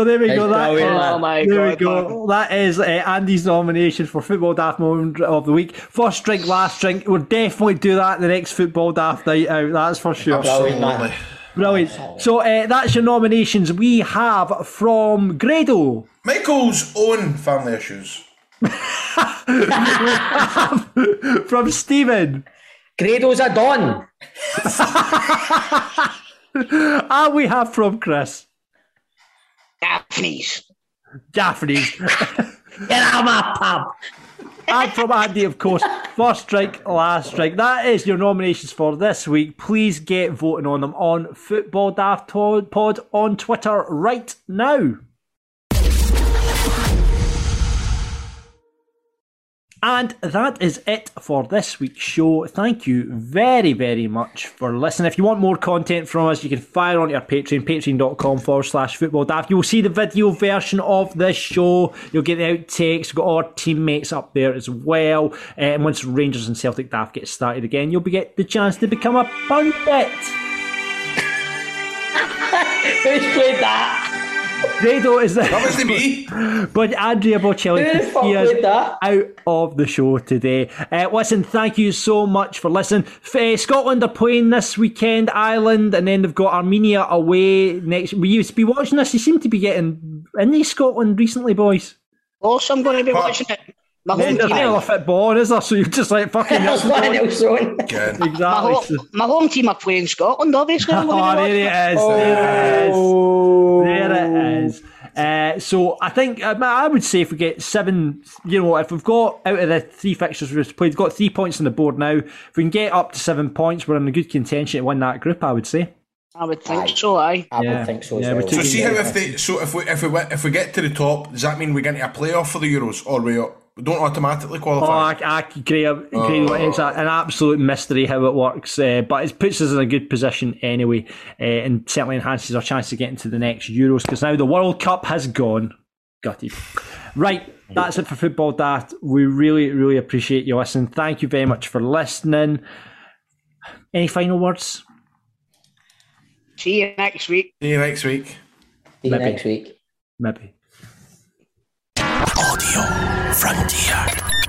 Speaker 5: there we go. That
Speaker 6: Oh my
Speaker 5: there
Speaker 6: God,
Speaker 5: we go. That is uh, Andy's nomination for Football Daft Moment of the Week. First drink, last drink. We'll definitely do that the next Football Daft night out. That's for sure.
Speaker 7: Absolutely.
Speaker 5: Brilliant. So uh, that's your nominations. We have from Grado.
Speaker 7: Michael's own family issues.
Speaker 5: from Stephen.
Speaker 4: Grado's a don.
Speaker 5: And we have from Chris.
Speaker 6: Daphne's.
Speaker 5: Daphne's. and from Andy, of course. First strike, last strike. That is your nominations for this week. Please get voting on them on Football Daft Pod Pod on Twitter right now. And that is it for this week's show. Thank you very, very much for listening. If you want more content from us, you can fire on to our Patreon, patreon.com forward slash football daft. You'll see the video version of this show. You'll get the outtakes. We've got all our teammates up there as well. And once Rangers and Celtic daft get started again, you'll be get the chance to become a pundit.
Speaker 4: Who's played that?
Speaker 5: Grado is
Speaker 7: That
Speaker 5: the,
Speaker 7: was the me.
Speaker 5: but Andrea Bocelli
Speaker 4: Who the
Speaker 5: can
Speaker 4: fuck
Speaker 5: see
Speaker 4: played
Speaker 5: us
Speaker 4: that?
Speaker 5: out of the show today. Uh, listen, thank you so much for listening. F- uh, Scotland are playing this weekend, Ireland, and then they've got Armenia away next. We used to be watching this. You seem to be getting in Scotland recently, boys.
Speaker 6: Of course, I'm going to be
Speaker 7: Fuck.
Speaker 6: watching it. My
Speaker 5: There's no
Speaker 6: home team,
Speaker 5: other football, on, is there? So you're just like fucking
Speaker 4: That's one else on.
Speaker 7: Again.
Speaker 6: my,
Speaker 5: exactly.
Speaker 6: home, my home team are playing Scotland, obviously. I'm
Speaker 5: Oh,
Speaker 6: gonna be
Speaker 5: there
Speaker 6: watching
Speaker 5: it is. There it is. There it is. Uh, so I think um, I would say if we get seven, you know, if we've got out of the three fixtures we've played, we've got three points on the board now. If we can get up to seven points, we're in a good contention to win that group. I would say.
Speaker 6: I would think so, aye.
Speaker 4: I
Speaker 5: Yeah.
Speaker 4: would think so as
Speaker 5: Yeah, we're
Speaker 4: well.
Speaker 5: too-
Speaker 7: So see how if they so if we if we win- if we get to the top, does that mean we get into a playoff for the Euros or we, we don't automatically
Speaker 5: Oh, I,
Speaker 7: qualify?
Speaker 5: I agree. I agree. It's a- an absolute mystery how it works, uh, but it puts us in a good position anyway, uh, and certainly enhances our chance to get into the next Euros because now the World Cup has gone. Gutted. Right, that's it for Football Daft. We really, really appreciate you listening. Thank you very much for listening. Any final words?
Speaker 6: See you next week.
Speaker 7: See you next week.
Speaker 4: See you next week.
Speaker 5: Maybe.
Speaker 2: Audio Frontier.